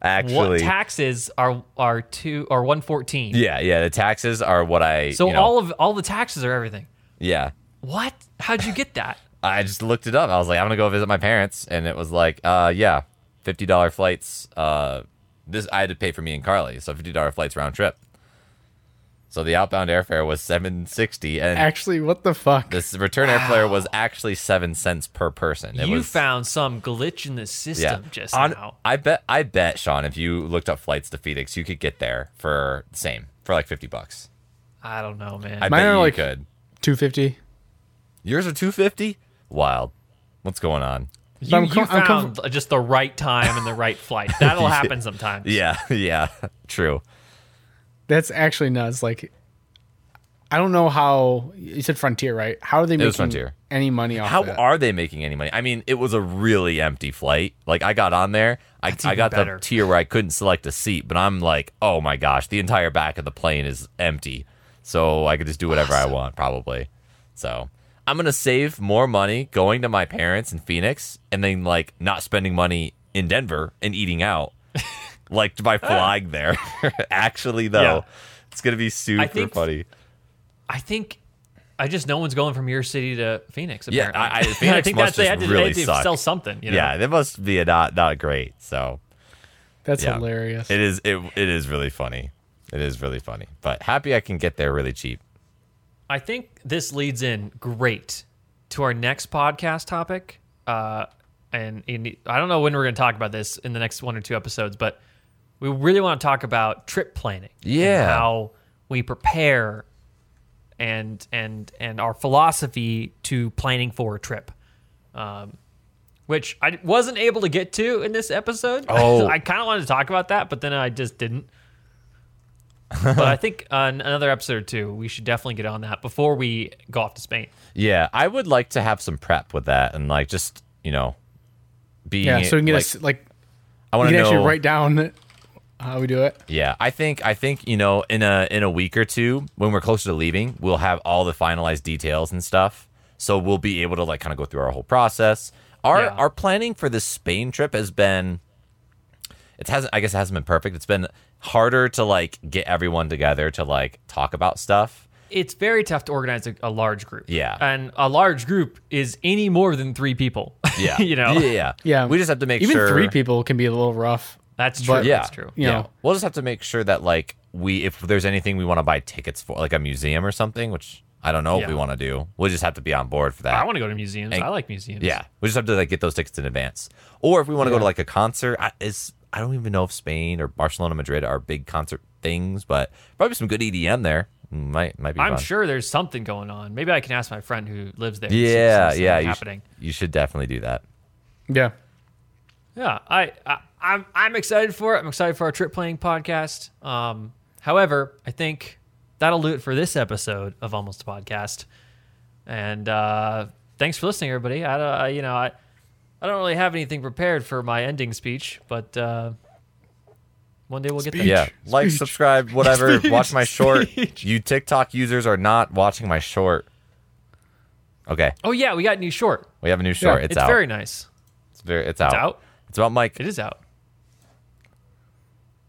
A: actually,
C: taxes are are two are one fourteen?
A: yeah, yeah, the taxes are what I.
C: So
A: you know,
C: all of all the taxes are everything.
A: yeah.
C: What? How'd you get that?
A: I just looked it up. I was like, I'm gonna go visit my parents, and it was like, uh, yeah, fifty dollar flights. Uh, this I had to pay for me and Carly, so fifty dollar flights round trip. So the outbound airfare was seven sixty, and
B: Actually, what the fuck?
A: this return airfare was actually seven cents per person. It
C: you
A: was,
C: found some glitch in the system just
A: On-
C: now.
A: I bet, I bet, Sean, if you looked up flights to Phoenix, you could get there for the same for like fifty bucks.
C: I don't know, man.
A: I
B: Mine
A: bet
B: are
A: you
B: like-
A: could.
B: 250.
A: Yours are two fifty. Wild. What's going on?
C: you
B: I'm
C: you
B: com- I'm com-
C: found just the right time and the right flight. That'll happen sometimes.
A: Yeah, yeah, true.
B: That's actually nuts. Like, I don't know how you said Frontier, right? How are they making
A: was Frontier.
B: any money off
A: How
B: of that?
A: are they making any money? I mean, it was a really empty flight. Like I got on there, I, I
C: even
A: got
C: better.
A: the tier where I couldn't select a seat, but I'm like, oh my gosh, the entire back of the plane is empty, so I could just do whatever I want probably. So I'm gonna save more money going to my parents in Phoenix, and then like not spending money in Denver and eating out, like by flying there. Actually, though,
C: Yeah.
A: it's gonna be super
C: think-
A: funny.
C: I think I just no one's going from your city to Phoenix.
A: Yeah,
C: Apparently.
A: I- I- Phoenix
C: think
A: must
C: that's they
A: just
C: had to, they
A: really
C: had to
A: suck.
C: sell something. You know?
A: Yeah, that must be a not not great. So.
B: That's
A: Yeah.
B: hilarious.
A: It is it it is really funny. It is really funny. But happy I can get there really cheap.
C: I think this leads in great to our next podcast topic. Uh, and in, I don't know when we're going to talk about this in the next one or two episodes, but we really want to talk about trip planning. and
A: Yeah.
C: how we prepare and and and our philosophy to planning for a trip. Um, which I wasn't able to get to in this episode.
A: Oh.
C: I kind of wanted to talk about that, but then I just didn't. but I think on another episode or two, we should definitely get on that before we go off to Spain.
A: Yeah, I would like to have some prep with that and like just, you know, be
B: yeah, so we can get
A: like,
B: us like
A: I
B: we
A: want
B: can
A: to
B: actually
A: know
B: write down how we do it.
A: Yeah, I think I think, you know, in a in a week or two when we're closer to leaving, we'll have all the finalized details and stuff. So we'll be able to like kind of go through our whole process. Our
C: Yeah.
A: our planning for this Spain trip has been it hasn't i guess it hasn't been perfect it's been harder to like get everyone together to like talk about stuff
C: It's very tough to organize a, a large group.
A: Yeah.
C: and a large group is any more than three people.
A: yeah
C: you know,
A: yeah yeah,
B: Yeah,
A: we just have to make
B: even
A: sure
B: three people can be a little rough.
C: that's true.
B: But-
A: yeah
C: that's true.
B: You
A: yeah
B: know.
A: we'll just have to make sure that like we if there's anything we want to buy tickets for like a museum or something which i don't know what
C: Yeah.
A: we want to do we'll just have to be on board for that
C: I want to go to museums. I like museums.
A: yeah we just have to like get those tickets in advance or if we want to go to like a concert I, it's i don't even know if spain or barcelona madrid are big concert things but probably some good edm there might might be
C: I'm
A: fun.
C: sure there's something going on. Maybe I can ask my friend who lives there. and see if there's
A: Yeah,
C: something
A: yeah. You, sh-
C: happening.
A: you should definitely do that.
B: Yeah,
C: Yeah, I, I I'm I'm excited for it. I'm excited for our trip playing podcast. Um, however, I think that'll do it for this episode of Almost a Podcast. And uh, thanks for listening, everybody. I, don't- I you know I I don't really have anything prepared for my ending speech, but uh, one day we'll get there.
A: Yeah. Like, subscribe, whatever. Watch my short.
C: Speech.
A: You TikTok users are not watching my short. Okay.
C: Oh yeah, we got a new short.
A: We have a new short. it's,
C: It's,
A: out.
C: very nice.
A: it's very it's out.
C: out.
A: It's about Mike.
C: It is out.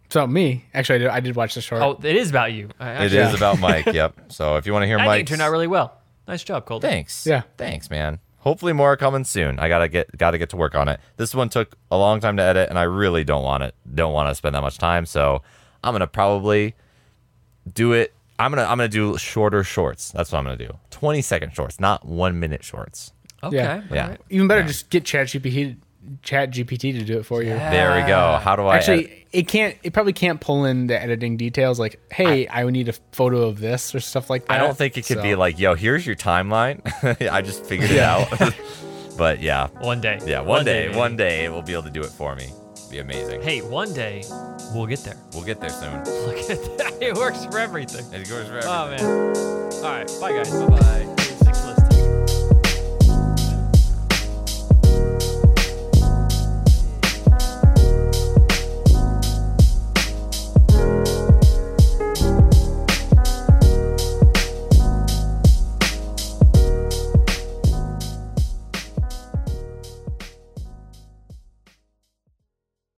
B: so me actually, I did, I did watch the short.
C: Oh, it is about you. I,
A: It is
C: actually-
A: about Mike. Yep. So if you want to hear
C: I think it
A: Mike,
C: turned out really well. Nice job, Colton.
A: thanks.
B: Yeah.
A: Thanks, man. Hopefully more are coming soon. I gotta get gotta get to work on it. This one took a long time to edit, and I really don't want it. Don't want to spend that much time. So I'm gonna probably do it. I'm gonna I'm gonna do shorter shorts. That's what I'm gonna do. 20 second shorts, not one minute shorts.
C: Okay.
B: Yeah.
C: all
A: Yeah.
C: right.
B: Even better, just get Chat GPT, Chat GPT to do it for you.
A: There we go. How do I
B: Actually,
A: edit?
B: it can't. It probably can't pull in the editing details. Like, hey, I, would need a photo of this or stuff like that.
A: I don't think it could
B: So-
A: be like, yo, here's your timeline. I just figured it out. but yeah,
C: One day.
A: yeah. One, day,
C: maybe.
A: one day it will be able to do it for me. It'd be amazing.
C: Hey, one day We'll get there.
A: We'll get there soon.
C: Look at that. It works for everything.
A: It goes for
C: Oh,
A: everything.
C: man. All right. Bye, guys.
A: Bye.